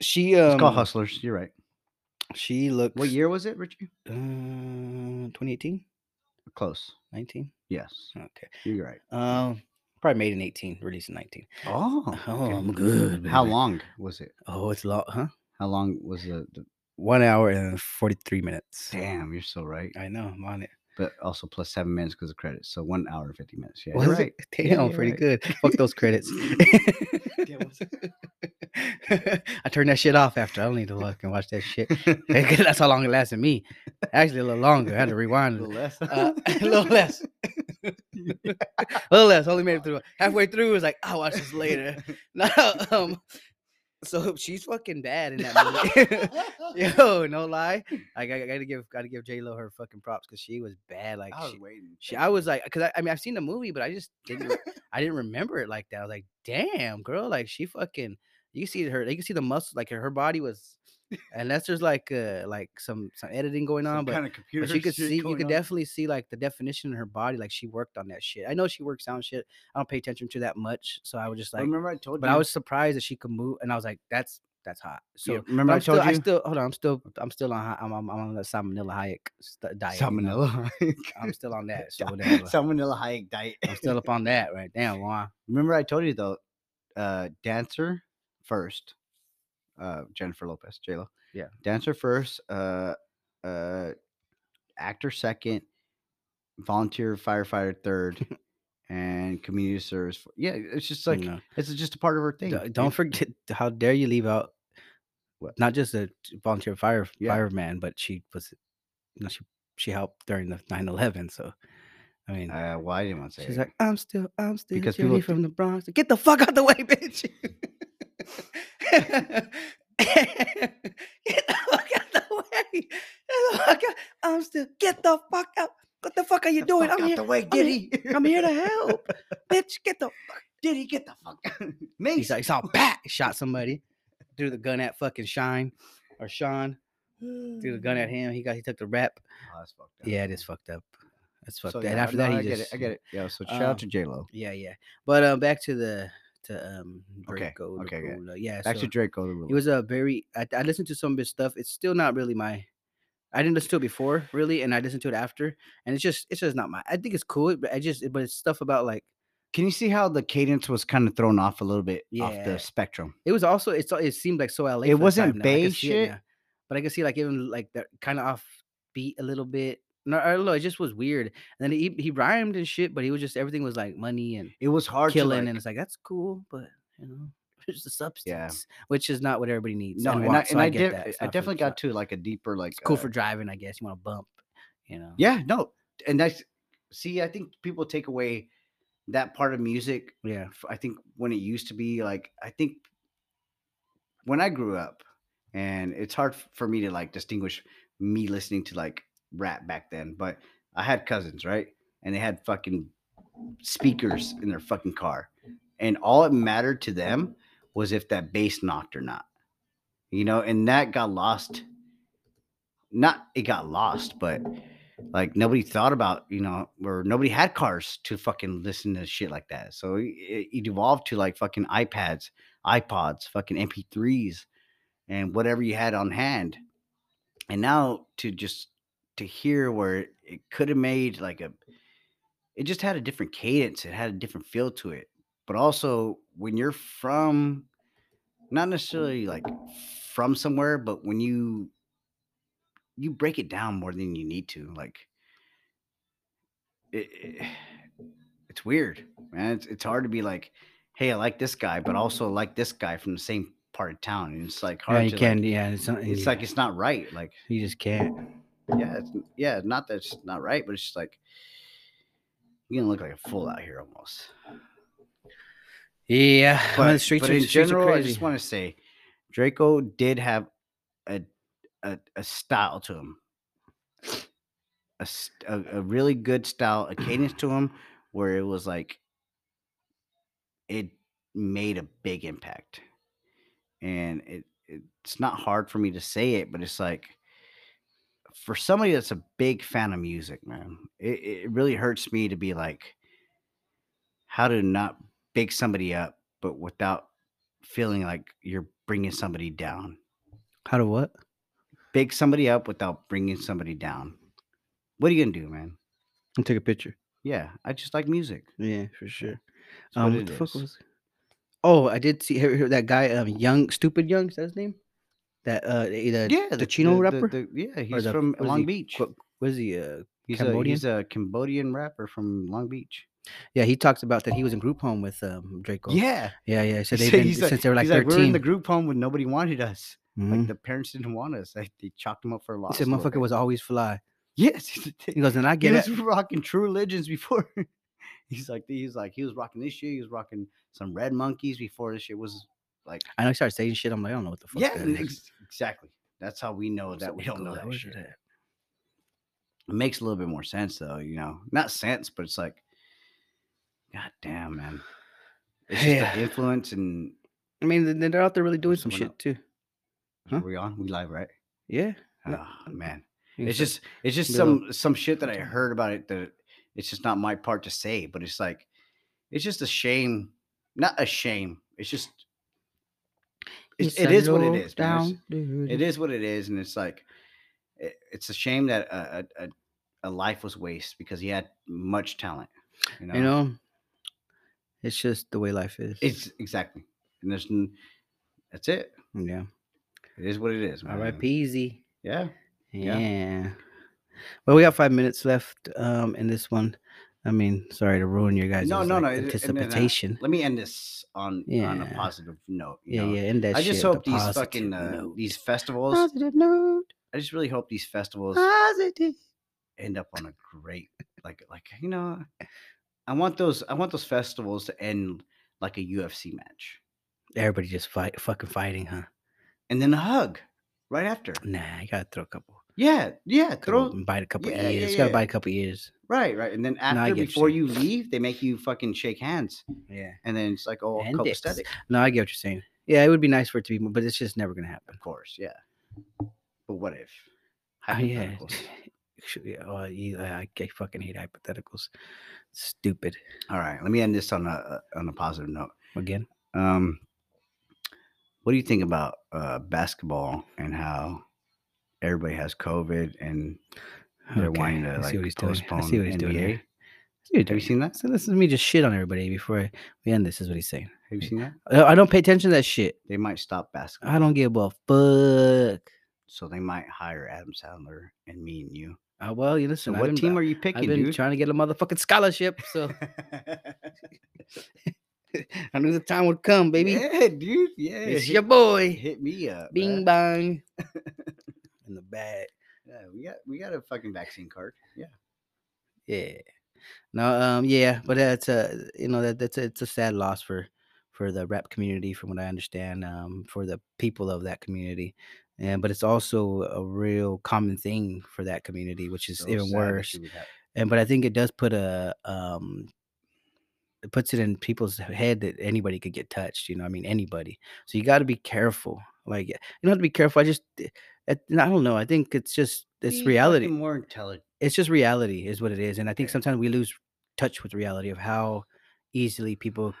Speaker 1: she. Um,
Speaker 2: Oh. it's called hustlers. You're right.
Speaker 1: She looks.
Speaker 2: What year was it, Richie?
Speaker 1: Uh, 2018,
Speaker 2: Close.
Speaker 1: 19.
Speaker 2: Yes,
Speaker 1: Okay.
Speaker 2: you're right.
Speaker 1: Um, probably made in 18, released in 19.
Speaker 2: Oh,
Speaker 1: Oh,
Speaker 2: okay.
Speaker 1: I'm good.
Speaker 2: How
Speaker 1: baby.
Speaker 2: long was it?
Speaker 1: Oh, it's long, huh?
Speaker 2: How long was the, the?
Speaker 1: One hour and 43 minutes.
Speaker 2: Damn, you're so right.
Speaker 1: I know. I'm on it.
Speaker 2: But also plus seven minutes because of credits, so one hour and fifty minutes. Yeah,
Speaker 1: Was
Speaker 2: you're
Speaker 1: it? *laughs*
Speaker 2: right. Yeah,
Speaker 1: Damn,
Speaker 2: you're
Speaker 1: pretty
Speaker 2: right.
Speaker 1: good. Fuck those
Speaker 2: *laughs*
Speaker 1: credits. *laughs* I turned that shit off after. I don't need to fucking watch that shit. *laughs*
Speaker 2: *laughs*
Speaker 1: 'Cause That's how long it lasted me. Actually, a little longer. I had to
Speaker 2: A
Speaker 1: rewind
Speaker 2: little
Speaker 1: it.
Speaker 2: less.
Speaker 1: Uh, *laughs* a
Speaker 2: *laughs*
Speaker 1: little less. *laughs* a *laughs*
Speaker 2: *laughs*
Speaker 1: little less. Only made it through halfway through. It was like I'll watch this later. No, um, So she's fucking bad in
Speaker 2: *laughs*
Speaker 1: that movie. *laughs* Yo, no lie. Like I, I gotta give gotta give J Lo her fucking props because she was bad. Like
Speaker 2: I was
Speaker 1: she,
Speaker 2: waiting.
Speaker 1: she, I was like, because I, I mean I've seen the movie, but I just didn't
Speaker 2: *laughs*
Speaker 1: re- I didn't remember it like that. I was like, damn girl, like she fucking you can see her, you can see the muscles, like her body
Speaker 2: *laughs*
Speaker 1: was. Unless there's like uh like some some editing going on, but
Speaker 2: kind of computer.
Speaker 1: but you could
Speaker 2: shit
Speaker 1: see, you
Speaker 2: going
Speaker 1: could
Speaker 2: on.
Speaker 1: definitely see like the definition in her body. Like she worked on that shit. I know she works on shit. I don't pay attention to that much, so I was just
Speaker 2: But
Speaker 1: like,
Speaker 2: remember I told
Speaker 1: but
Speaker 2: you.
Speaker 1: I was surprised that she could move, and I was like, that's that's hot. So.
Speaker 2: So
Speaker 1: but
Speaker 2: remember I
Speaker 1: I'm
Speaker 2: told
Speaker 1: still, I
Speaker 2: you.
Speaker 1: still hold on. I'm still, I'm still on. hi- I'm, I'm, I'm on the salmonella Hayek st- diet. you know?
Speaker 2: Salmonella. *laughs*
Speaker 1: I'm still on that. So whatever.
Speaker 2: Salmonella Hayek diet.
Speaker 1: I'm still up on that right now. Juan.
Speaker 2: Remember I told you though. Uh, dancer first. Uh, Jennifer Lopez, J Lo.
Speaker 1: Yeah.
Speaker 2: Dancer first. Uh, uh, actor second. Volunteer firefighter
Speaker 1: *laughs*
Speaker 2: third. And community service. four. Yeah, it's just like
Speaker 1: No.
Speaker 2: it's just a part of her thing.
Speaker 1: D- don't
Speaker 2: dude.
Speaker 1: forget. How dare you leave out?
Speaker 2: What?
Speaker 1: Not just a volunteer fire
Speaker 2: Yeah.
Speaker 1: fireman, but she was, you know, she she helped during the 9-11. So, I mean,
Speaker 2: Uh, well, I didn't want to say
Speaker 1: She's
Speaker 2: it.
Speaker 1: like, I'm still, I'm still
Speaker 2: Because people
Speaker 1: Judy
Speaker 2: th-
Speaker 1: from the Bronx. Get the fuck out the way, *laughs* bitch. get the fuck out the way. Get the fuck out. I'm still, get the fuck out. What the fuck are you
Speaker 2: *laughs* "Get the
Speaker 1: doing?
Speaker 2: fuck
Speaker 1: I'm
Speaker 2: out
Speaker 1: here.
Speaker 2: the way,
Speaker 1: here-
Speaker 2: Diddy. *laughs*
Speaker 1: I'm here to help. bitch, get the fuck.
Speaker 2: Diddy, get the fuck out. *laughs* Me.
Speaker 1: He's like, saw bat, shot somebody. Threw the gun at fucking Shine or Sean. Threw the gun at him. He got, he took the rap.
Speaker 2: Oh, that's fucked up.
Speaker 1: Yeah, it is fucked up. That's fucked
Speaker 2: So,
Speaker 1: up. and
Speaker 2: yeah,
Speaker 1: after
Speaker 2: no,
Speaker 1: that, he
Speaker 2: I
Speaker 1: just,
Speaker 2: get it. I get it. Yeah. So shout out
Speaker 1: um,
Speaker 2: to J Lo.
Speaker 1: Yeah, yeah. But uh, back to the to um
Speaker 2: Okay,
Speaker 1: Draco
Speaker 2: okay, okay.
Speaker 1: Lagula. uh, Yeah,
Speaker 2: Back to
Speaker 1: so
Speaker 2: Draco. The ruler.
Speaker 1: it was a very. I, I listened to some of his stuff. It's still not really my. I didn't listen to it before, really, and I listened to it after, and it's just it's just not my. I think it's cool, but I just but it's stuff about like
Speaker 2: Can you see how the cadence was kind of thrown off a little bit off
Speaker 1: Yeah.
Speaker 2: the spectrum?
Speaker 1: it was also it's it seemed like so LA. for the
Speaker 2: wasn't
Speaker 1: time now. I can see
Speaker 2: bae
Speaker 1: it
Speaker 2: shit?
Speaker 1: now. but I could see like even like that kind of off beat a little bit. No, I don't know. It just was weird. And then he he rhymed and shit, but he was just everything was like money and
Speaker 2: It was hard
Speaker 1: killing,
Speaker 2: to
Speaker 1: and
Speaker 2: like,
Speaker 1: it's like that's cool, but you know, *laughs* there's the substance, which is not what everybody needs.
Speaker 2: no, and,
Speaker 1: walk,
Speaker 2: I,
Speaker 1: so
Speaker 2: and I,
Speaker 1: get
Speaker 2: def-
Speaker 1: that. It's
Speaker 2: I
Speaker 1: not for-
Speaker 2: definitely
Speaker 1: it's
Speaker 2: got
Speaker 1: not-
Speaker 2: to like a deeper like
Speaker 1: It's cool
Speaker 2: uh,
Speaker 1: for driving, I guess. You want to bump, you know?
Speaker 2: yeah no, and that's see I think people take away that part of music.
Speaker 1: yeah,
Speaker 2: f- I think when it used to be like I think when I grew up, and it's hard f- for me to like distinguish me listening to like rap back then, but I had cousins, right? And they had fucking speakers in their fucking car. And all it mattered to them was if that bass knocked or not. You know, and that got lost. Not it got lost, but like nobody thought about, you know, or nobody had cars to fucking listen to shit like that. So it, it evolved to like fucking iPads, iPods, fucking MP3s, and whatever you had on hand. And now to just to hear where it could have made like a it just had a different cadence it had a different feel to it but also when you're from not necessarily like from somewhere but when you you break it down more than you need to like it, it- *sighs* it's weird man it's, it's hard to be like hey i like this guy but also like this guy from the same part of town and it's like hard
Speaker 1: yeah, you
Speaker 2: to
Speaker 1: can.
Speaker 2: like,
Speaker 1: yeah, it's not.
Speaker 2: it's
Speaker 1: you-
Speaker 2: like it's not right like
Speaker 1: you just can't.
Speaker 2: yeah, it's, yeah, not that it's not right, but it's just like you can look like a fool out here almost.
Speaker 1: Yeah, *laughs* I mean,
Speaker 2: But,
Speaker 1: the streets,
Speaker 2: but
Speaker 1: are,
Speaker 2: in
Speaker 1: the streets are
Speaker 2: general, I
Speaker 1: crazy.
Speaker 2: just want to say Draco did have a a, a style to him, a, s- a a really good style, a cadence to him, where it was like it made a big impact, and it it's not hard for me to say it, but it's like for somebody that's a big fan of music, man, it, it really hurts me to be like, how to not big somebody up, but without feeling like you're bringing somebody down.
Speaker 1: How to what?
Speaker 2: Big somebody up without bringing somebody down. What are you gonna do, man?
Speaker 1: I take a picture.
Speaker 2: Yeah, I just like music.
Speaker 1: Yeah, for sure.
Speaker 2: That's
Speaker 1: um,
Speaker 2: what
Speaker 1: what
Speaker 2: it
Speaker 1: the fuck
Speaker 2: is.
Speaker 1: was? Oh, I did see hear- hear that guy, um, young, stupid young. Is that his name? That uh, the, the-
Speaker 2: yeah,
Speaker 1: the Chino rapper?
Speaker 2: the- yeah, he's
Speaker 1: the-
Speaker 2: from
Speaker 1: what is
Speaker 2: Long
Speaker 1: he,
Speaker 2: Beach.
Speaker 1: what- what is he? Uh,
Speaker 2: he's, a,
Speaker 1: Cambodian?
Speaker 2: he's a Cambodian rapper from Long Beach.
Speaker 1: yeah, he talks about that he was in group home with um Draco.
Speaker 2: Yeah,
Speaker 1: yeah, yeah. So
Speaker 2: He
Speaker 1: they've
Speaker 2: said-
Speaker 1: been
Speaker 2: he's
Speaker 1: since they were like
Speaker 2: he's we were in
Speaker 1: thirteen.
Speaker 2: the group home when nobody wanted us.
Speaker 1: Mhm.
Speaker 2: Like the parents didn't want us. *laughs* Like, they chalked him up for a
Speaker 1: He
Speaker 2: loss.
Speaker 1: said,
Speaker 2: a little
Speaker 1: "Motherfucker
Speaker 2: bit."
Speaker 1: was always fly."
Speaker 2: yes, *laughs*
Speaker 1: He goes, "And I
Speaker 2: he
Speaker 1: get
Speaker 2: was
Speaker 1: it."
Speaker 2: *laughs* rocking True Religions before. he's like, he's like, he was rocking this shit. He was rocking some Red Monkeys before this shit was Like,
Speaker 1: I know he started saying shit. I'm like, I don't know what the fuck.
Speaker 2: yeah,
Speaker 1: that
Speaker 2: and
Speaker 1: is.
Speaker 2: ex- exactly. That's how we know
Speaker 1: What's
Speaker 2: that
Speaker 1: up
Speaker 2: we
Speaker 1: with
Speaker 2: don't know
Speaker 1: Google?
Speaker 2: that
Speaker 1: Where's
Speaker 2: shit.
Speaker 1: it at?
Speaker 2: It makes a little bit more sense though, you know. Not sense, but it's like, god damn, man. It's just
Speaker 1: Yeah.
Speaker 2: the influence and
Speaker 1: I mean, th- th- they're out there really doing some
Speaker 2: Someone
Speaker 1: shit too. Huh?
Speaker 2: are we on? We live, right?
Speaker 1: Yeah, No.
Speaker 2: Oh man.
Speaker 1: You
Speaker 2: It's
Speaker 1: can-
Speaker 2: just it's just
Speaker 1: Little-
Speaker 2: some some shit that I heard about it that it's just not my part to say, but it's like it's just a shame. Not a shame. It's just it's,
Speaker 1: It's
Speaker 2: it
Speaker 1: a
Speaker 2: is what it
Speaker 1: low
Speaker 2: is. man. It's-
Speaker 1: dude.
Speaker 2: it is what it is and it's like it, it's a shame that a, a, a- a life was waste because he had much talent you know,
Speaker 1: You know, it's just the way life is.
Speaker 2: it's exactly and there's n- that's it
Speaker 1: yeah.
Speaker 2: it is what it is
Speaker 1: All right,
Speaker 2: man.
Speaker 1: peasy.
Speaker 2: yeah
Speaker 1: Yeah.
Speaker 2: Um, Yeah.
Speaker 1: Well, we got five minutes left um, in this one. I mean, sorry to ruin your guys'
Speaker 2: No, no,
Speaker 1: like,
Speaker 2: no, it- and then, uh,
Speaker 1: anticipation.
Speaker 2: let me end this on on a
Speaker 1: Yeah.
Speaker 2: positive note you
Speaker 1: yeah,
Speaker 2: know?
Speaker 1: yeah, end that
Speaker 2: i
Speaker 1: shit
Speaker 2: just
Speaker 1: with
Speaker 2: hope
Speaker 1: a
Speaker 2: these
Speaker 1: positive
Speaker 2: fucking uh,
Speaker 1: note.
Speaker 2: these festivals
Speaker 1: *gasps* positive note,
Speaker 2: i just really hope these festivals
Speaker 1: positive.
Speaker 2: end up on a great like like you know i want those i want those festivals to end like a ufc match
Speaker 1: Everybody just fight, fucking fighting, huh?
Speaker 2: and then a hug right after.
Speaker 1: Nah, you gotta throw a couple,
Speaker 2: Yeah, yeah,
Speaker 1: couple
Speaker 2: throw
Speaker 1: bite a couple
Speaker 2: yeah, yeah,
Speaker 1: ears. You gotta
Speaker 2: yeah.
Speaker 1: bite a couple ears.
Speaker 2: right, right, and then
Speaker 1: I
Speaker 2: after
Speaker 1: get you
Speaker 2: before
Speaker 1: saying.
Speaker 2: you leave, they make you fucking shake hands,
Speaker 1: Yeah.
Speaker 2: and then it's like oh,
Speaker 1: And dicks.
Speaker 2: copacetic,
Speaker 1: No, I get what you're saying. Yeah, it would be nice for it to be, more, but it's just never gonna happen.
Speaker 2: of course, yeah. But what if?
Speaker 1: Oh, yeah.
Speaker 2: Hypotheticals.
Speaker 1: *laughs* Should- yeah, Oh, you, I, I fucking hate hypotheticals. Stupid.
Speaker 2: All right, let me end this on a a- on a positive note.
Speaker 1: Again,
Speaker 2: Um, what do you think about uh, basketball and how everybody has COVID and they're wanting to
Speaker 1: I
Speaker 2: like
Speaker 1: see what he's
Speaker 2: postpone
Speaker 1: doing. I see what he's
Speaker 2: NBA?
Speaker 1: doing. Here.
Speaker 2: Have you seen that?
Speaker 1: So this is me just shit on everybody before I- we end. This is what he's saying.
Speaker 2: Have you seen that?
Speaker 1: I I don't pay attention to that shit.
Speaker 2: They might stop basketball.
Speaker 1: I don't give a fuck.
Speaker 2: So they might hire Adam Sandler and me and you.
Speaker 1: Uh, well, you
Speaker 2: So
Speaker 1: listen.
Speaker 2: what team are you
Speaker 1: I've
Speaker 2: picking,
Speaker 1: been
Speaker 2: dude?
Speaker 1: trying to get a motherfucking scholarship,
Speaker 2: *laughs*
Speaker 1: so I knew the time would come, baby.
Speaker 2: Yeah, dude. Yeah.
Speaker 1: it's
Speaker 2: hit,
Speaker 1: your boy.
Speaker 2: hit me up.
Speaker 1: Bing
Speaker 2: man. *laughs*
Speaker 1: bang. In the bag.
Speaker 2: Yeah, we got we got a fucking vaccine card. Yeah.
Speaker 1: Yeah. No, um, yeah, but that's a you know that that's a, it's a sad loss for for the rap community, from what I understand, um, for the people of that community, and but it's also a real common thing for that community, which is
Speaker 2: So
Speaker 1: even
Speaker 2: sad that
Speaker 1: worse.
Speaker 2: you would have-
Speaker 1: And but I think it does put a um, it puts it in people's head that anybody could get touched. You know, I mean anybody. So you got to be careful. Like you don't have to be careful. I just, eh, I, I don't know. I think it's just it's
Speaker 2: Be
Speaker 1: reality
Speaker 2: fucking More intelligent.
Speaker 1: it's just reality is what it is and i think
Speaker 2: Yeah.
Speaker 1: sometimes we lose touch with reality of how easily people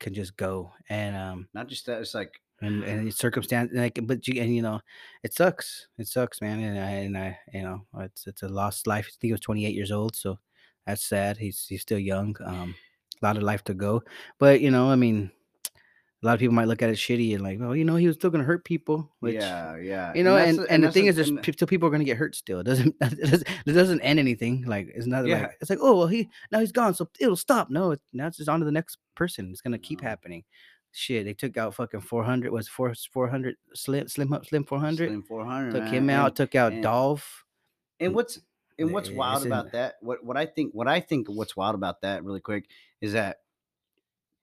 Speaker 1: can just go and um
Speaker 2: Not just that. It's like
Speaker 1: and and it's circumstance like but you and you know it sucks it sucks man and i and i you know it's it's a lost life i think he was 28 years old so that's sad he's he's still young um a lot of life to go but you know i mean a lot of people might look at it shitty and like well you know he was still gonna hurt people which
Speaker 2: yeah, yeah.
Speaker 1: you know,
Speaker 2: that's
Speaker 1: and,
Speaker 2: the-
Speaker 1: and, the
Speaker 2: that's
Speaker 1: thing is, there's
Speaker 2: and-
Speaker 1: pe- still people are gonna get hurt. Still, it doesn't *laughs* it doesn't, it doesn't end anything. Like it's not
Speaker 2: Yeah.
Speaker 1: like it's like oh well he now he's gone, so it'll stop. No, it, now it's just on to the next person. It's gonna keep
Speaker 2: No.
Speaker 1: happening. Shit, they took out fucking 400 was four 400 slim slim up slim 400
Speaker 2: Slim 400
Speaker 1: took
Speaker 2: man,
Speaker 1: him
Speaker 2: and-
Speaker 1: out, took out
Speaker 2: and-
Speaker 1: Dolph.
Speaker 2: And what's and
Speaker 1: Yeah,
Speaker 2: what's
Speaker 1: yeah,
Speaker 2: wild
Speaker 1: it's in-
Speaker 2: about that? What what I think what I think what's wild about that really quick is that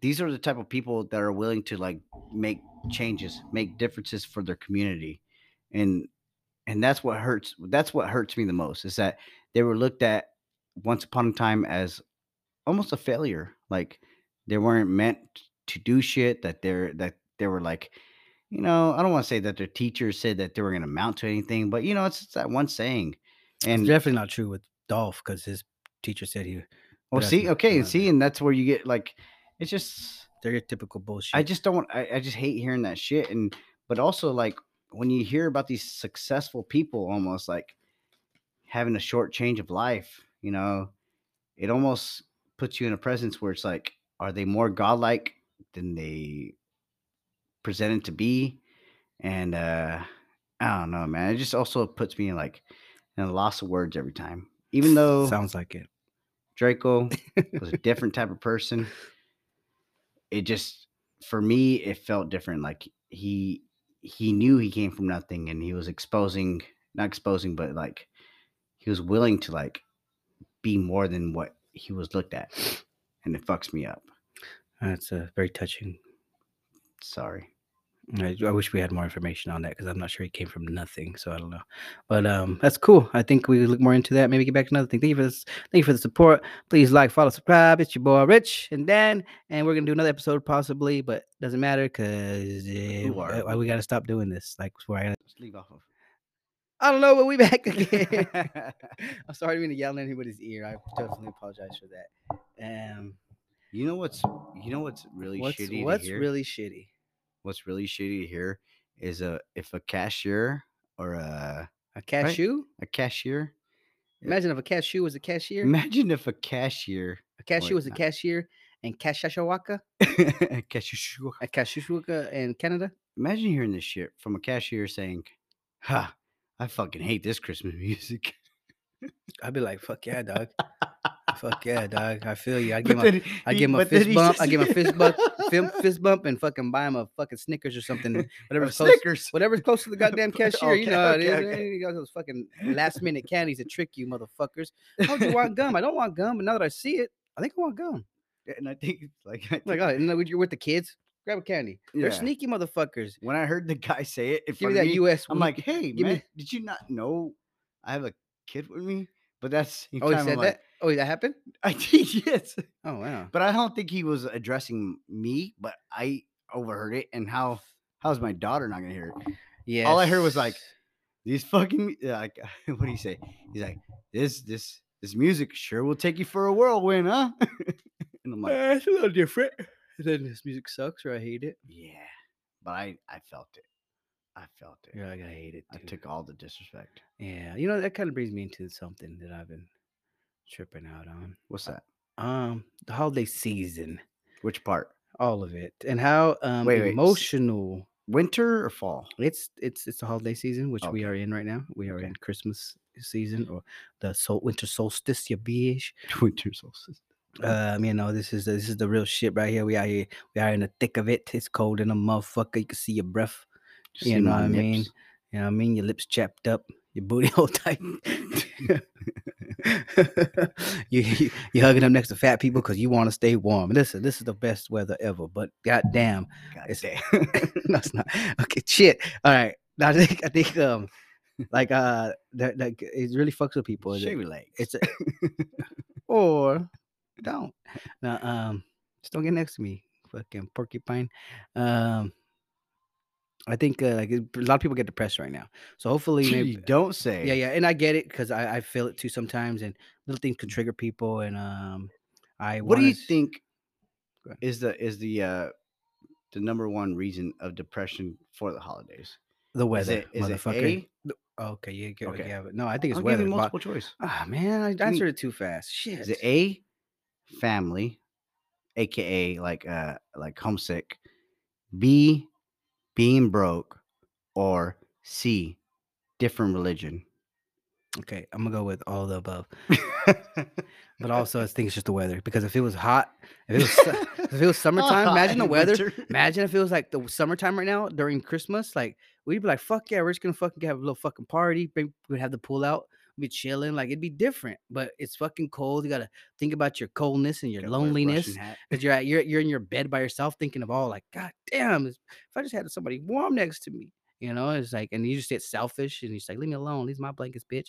Speaker 2: these are the type of people that are willing to like make changes, make differences for their community. And and that's what hurts that's what hurts me the most is that they were looked at once upon a time as almost a failure. Like they weren't meant to do shit that they're that they were like you know, I don't want to say that their teachers said that they were going to amount to anything, but you know, it's, it's that one saying.
Speaker 1: And
Speaker 2: And oh,
Speaker 1: definitely not true with Dolph because his teacher said he
Speaker 2: Well,
Speaker 1: But I
Speaker 2: see,
Speaker 1: think
Speaker 2: okay, and
Speaker 1: about
Speaker 2: see,
Speaker 1: that.
Speaker 2: and that's where you get like, it's just,
Speaker 1: stereotypical bullshit.
Speaker 2: I just don't want, I, I just hate hearing that shit. And, but also, like, when you hear about these successful people almost like having a short change of life, you know, it almost puts you in a presence where it's like, are they more godlike than they presented to be? And, uh, I don't know, man. It just also puts me in like in a loss of words every time, even though.
Speaker 1: sounds like it.
Speaker 2: Draco was *laughs* a different type of person. It just for me it felt different. Like he he knew he came from nothing and he was exposing not exposing, but like he was willing to like be more than what he was looked at. And it fucks me up.
Speaker 1: That's uh, very touching.
Speaker 2: Sorry.
Speaker 1: I, I wish we had more information on that because I'm not sure it came from nothing. So I don't know. But um, that's cool. I think we look more into that. Maybe get back to another thing. Thank you for this. Thank you for the support. Please like, follow, subscribe. It's your boy Rich and Dan, and we're gonna do another episode possibly, but doesn't matter because
Speaker 2: Who are
Speaker 1: we gotta stop doing this. Like where I gotta.
Speaker 2: Just leave off of.
Speaker 1: I don't know, but we back *laughs* again. I'm sorry to mean to yell in anybody's ear. I definitely apologize for that. Um,
Speaker 2: You know what's you know what's really
Speaker 1: what's
Speaker 2: shitty
Speaker 1: what's
Speaker 2: to hear?
Speaker 1: really shitty?
Speaker 2: what's really shitty to hear is a if a cashier or a
Speaker 1: A cashew?
Speaker 2: a cashier. Yeah.
Speaker 1: Imagine if a cashew was a cashier.
Speaker 2: Imagine if a cashier
Speaker 1: A cashew
Speaker 2: Wait,
Speaker 1: was a
Speaker 2: no.
Speaker 1: cashier in Kashashawaka,
Speaker 2: *laughs* cashier.
Speaker 1: at Kashishwaka in Canada.
Speaker 2: Imagine hearing this shit from a cashier saying, "Ha, I fucking hate this Christmas *laughs* music."
Speaker 1: I'd be like, fuck yeah, dog. fuck *laughs* yeah, dog. I feel you. I
Speaker 2: But
Speaker 1: give him
Speaker 2: then
Speaker 1: I
Speaker 2: he-
Speaker 1: give him a
Speaker 2: but then
Speaker 1: fist
Speaker 2: he
Speaker 1: bump.
Speaker 2: says-
Speaker 1: I give him a fist *laughs* bump,
Speaker 2: *laughs*
Speaker 1: film, fist bump, and fucking buy him a fucking Snickers or something.
Speaker 2: Or
Speaker 1: Whatever's close,
Speaker 2: Snickers.
Speaker 1: whatever's close to the goddamn cashier. you
Speaker 2: Okay,
Speaker 1: know how it
Speaker 2: okay,
Speaker 1: is.
Speaker 2: okay.
Speaker 1: eh? You got those fucking
Speaker 2: *laughs*
Speaker 1: last minute candies that trick you, motherfuckers. How do you want gum? I don't want gum, but now that I see it, I think I want gum.
Speaker 2: *laughs* And I think like,
Speaker 1: *laughs*
Speaker 2: I
Speaker 1: Oh my
Speaker 2: think
Speaker 1: god! And then when you're with the kids, grab a candy.
Speaker 2: Yeah.
Speaker 1: They're sneaky motherfuckers.
Speaker 2: when I heard the guy say it in
Speaker 1: Give
Speaker 2: front
Speaker 1: me
Speaker 2: of
Speaker 1: that
Speaker 2: me,
Speaker 1: U.S.
Speaker 2: I'm
Speaker 1: weed.
Speaker 2: like, "Hey
Speaker 1: give me-
Speaker 2: man, did you not know I have a kid with me?" But that's
Speaker 1: oh, he said that. Oh, that happened.
Speaker 2: I did *laughs* yes.
Speaker 1: Oh wow.
Speaker 2: but I don't think he was addressing me. But I overheard it, and how how's my daughter not gonna hear it?
Speaker 1: Yeah.
Speaker 2: all I heard was, like, These fucking yeah, like *laughs* what do you say? He's like this this this music sure will take you for a whirlwind, huh? *laughs* and I'm like,
Speaker 1: Eh, it's a little different. Then this music sucks, or I hate it.
Speaker 2: yeah, but I I felt it, I felt it.
Speaker 1: You're like, I hate it.
Speaker 2: I
Speaker 1: too."
Speaker 2: took all the disrespect.
Speaker 1: Yeah, you know that kind of brings me into something that I've been tripping out on.
Speaker 2: What's that?
Speaker 1: Um, the holiday season,
Speaker 2: Which part?
Speaker 1: all of it, and how um
Speaker 2: Wait, wait, s-
Speaker 1: emotional.
Speaker 2: Winter or
Speaker 1: *laughs*
Speaker 2: fall?
Speaker 1: It's it's it's the holiday season, which we
Speaker 2: Okay.
Speaker 1: are in right now. We are
Speaker 2: Okay.
Speaker 1: in Christmas season or the sol- winter solstice, your bish.
Speaker 2: Winter solstice.
Speaker 1: Um, you know, this is the, this is the real shit right here. We out here, we are in the thick of it. It's cold in a motherfucker. You can see your breath.
Speaker 2: Just
Speaker 1: You
Speaker 2: see
Speaker 1: know
Speaker 2: my
Speaker 1: what I mean?
Speaker 2: nips.
Speaker 1: You know what I mean? Your lips chapped up, your booty *laughs* all tight. you, you you hugging up next to fat people because you want to stay warm. Listen, this is the best weather ever, but goddamn,
Speaker 2: God
Speaker 1: It's-
Speaker 2: damn.
Speaker 1: *laughs* no, it's not. Okay, shit. All right, Now, I think I think um, like uh, that like it really fucks with people. is it?
Speaker 2: Shave your legs.
Speaker 1: It's a, *laughs* or don't. Now, um, just don't get next to me, fucking porcupine. Um, I think uh, like it- a lot of people get depressed right now, so hopefully, maybe,
Speaker 2: you don't say.
Speaker 1: yeah, yeah, and I get it because I, I feel it too sometimes, and little things can trigger people, and um, I.
Speaker 2: what do
Speaker 1: wanna
Speaker 2: you
Speaker 1: s-
Speaker 2: think
Speaker 1: Go ahead.
Speaker 2: is the is the uh the number one reason of depression for the holidays
Speaker 1: The weather,
Speaker 2: is it, is
Speaker 1: motherfucker. Oh,
Speaker 2: it
Speaker 1: Okay, yeah, get,
Speaker 2: Okay.
Speaker 1: yeah, but no, I
Speaker 2: a
Speaker 1: think it's
Speaker 2: i'll
Speaker 1: weather.
Speaker 2: give you
Speaker 1: but-
Speaker 2: multiple choice
Speaker 1: Ah man, I
Speaker 2: me-
Speaker 1: answered it too fast. Shit.
Speaker 2: is it a family aka like uh like homesick b being broke or c different religion
Speaker 1: okay, I'm gonna go with all the above. *laughs*
Speaker 2: *laughs*
Speaker 1: But also, I think it's just the weather because if it was hot, if it was,
Speaker 2: *laughs*
Speaker 1: su- if it was summertime, imagine the weather. Imagine if it was like the summertime right now during Christmas. Like we'd be like, "Fuck yeah, we're just gonna fucking have a little fucking party." Maybe We'd have the pool out, be chilling. Like it'd be different, but it's fucking cold. You gotta think about your coldness and your loneliness because you're at you're you're in your bed by yourself thinking of all like, God damn, if I just had somebody warm next to me, you know, it's like, and you just get selfish and you're just like, leave me alone, leave my blankets, bitch.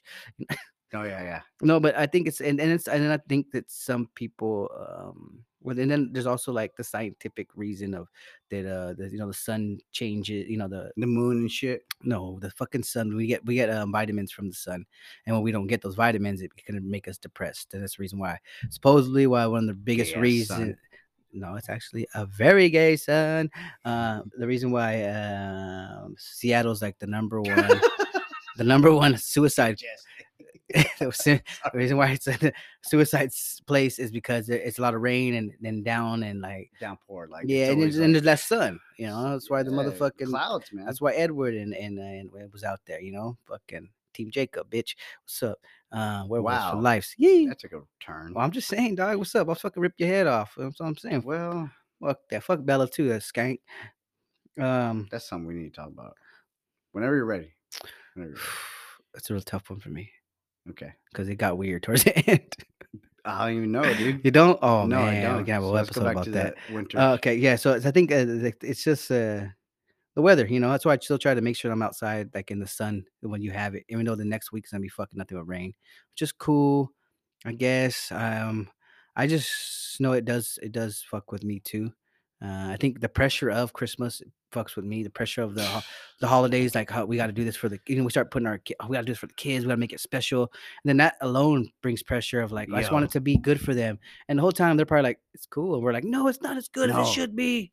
Speaker 2: oh yeah yeah
Speaker 1: No, but I think it's and, and it's and I think that some people um well and then there's also like the scientific reason of that uh the, you know the sun changes you know the
Speaker 2: the moon and shit
Speaker 1: no the fucking sun we get we get um, vitamins from the sun and when we don't get those vitamins it can make us depressed and that's the reason why supposedly why one of the biggest
Speaker 2: ass
Speaker 1: reason
Speaker 2: sun.
Speaker 1: no it's actually a very gay sun uh, the reason why um Seattle's like the number
Speaker 2: *laughs*
Speaker 1: one the number one suicide
Speaker 2: Just-
Speaker 1: *laughs* the si- the
Speaker 2: *laughs*
Speaker 1: reason why it's a suicide s- place is because there- it's a lot of rain and then down and like
Speaker 2: downpour like it's
Speaker 1: yeah, and,
Speaker 2: always
Speaker 1: there's- and
Speaker 2: like-
Speaker 1: there's less sun. You know, that's why the
Speaker 2: Yeah,
Speaker 1: motherfucking
Speaker 2: clouds man
Speaker 1: that's why Edward and and, uh, and was out there. You know, fucking Team Jacob, bitch. What's up? Uh, where was for
Speaker 2: Wow.
Speaker 1: lives? Yeah.
Speaker 2: That took a turn.
Speaker 1: Well, I'm just saying, dog. What's up? I'll fucking rip your head off. That's what I'm saying.
Speaker 2: Well,
Speaker 1: Fuck that. Fuck Bella too. That skank. Um,
Speaker 2: that's something we need to talk about. Whenever you're ready. Whenever you're
Speaker 1: *sighs* that's a real tough one for me
Speaker 2: ready. Okay.
Speaker 1: *laughs* because it got weird towards the end.
Speaker 2: I don't even know, dude.
Speaker 1: You don't? Oh
Speaker 2: no,
Speaker 1: man,
Speaker 2: I don't.
Speaker 1: we can have a
Speaker 2: So
Speaker 1: whole
Speaker 2: let's go
Speaker 1: episode
Speaker 2: back
Speaker 1: about
Speaker 2: to
Speaker 1: that.
Speaker 2: that winter.
Speaker 1: Uh, okay, yeah. So it's- I think uh, the- it's just uh, the weather. You know, that's why I still try to make sure I'm outside, like in the sun, when you have it. Even though the next week's gonna be fucking nothing but rain, which is cool, I guess. Um, I just know it does. It does fuck with me too. Uh, I think the pressure of Christmas fucks with me. The pressure of the ho- the holidays, like how we got to do this for the. You know, we start putting our ki- oh, we got to do this for the kids. We got to make it special. And then that alone brings pressure of like "Oh, I just want
Speaker 2: Yo.
Speaker 1: it to be good for them. And the whole time they're probably like, it's cool. And we're like, no, it's not as good as
Speaker 2: No.
Speaker 1: it should be. And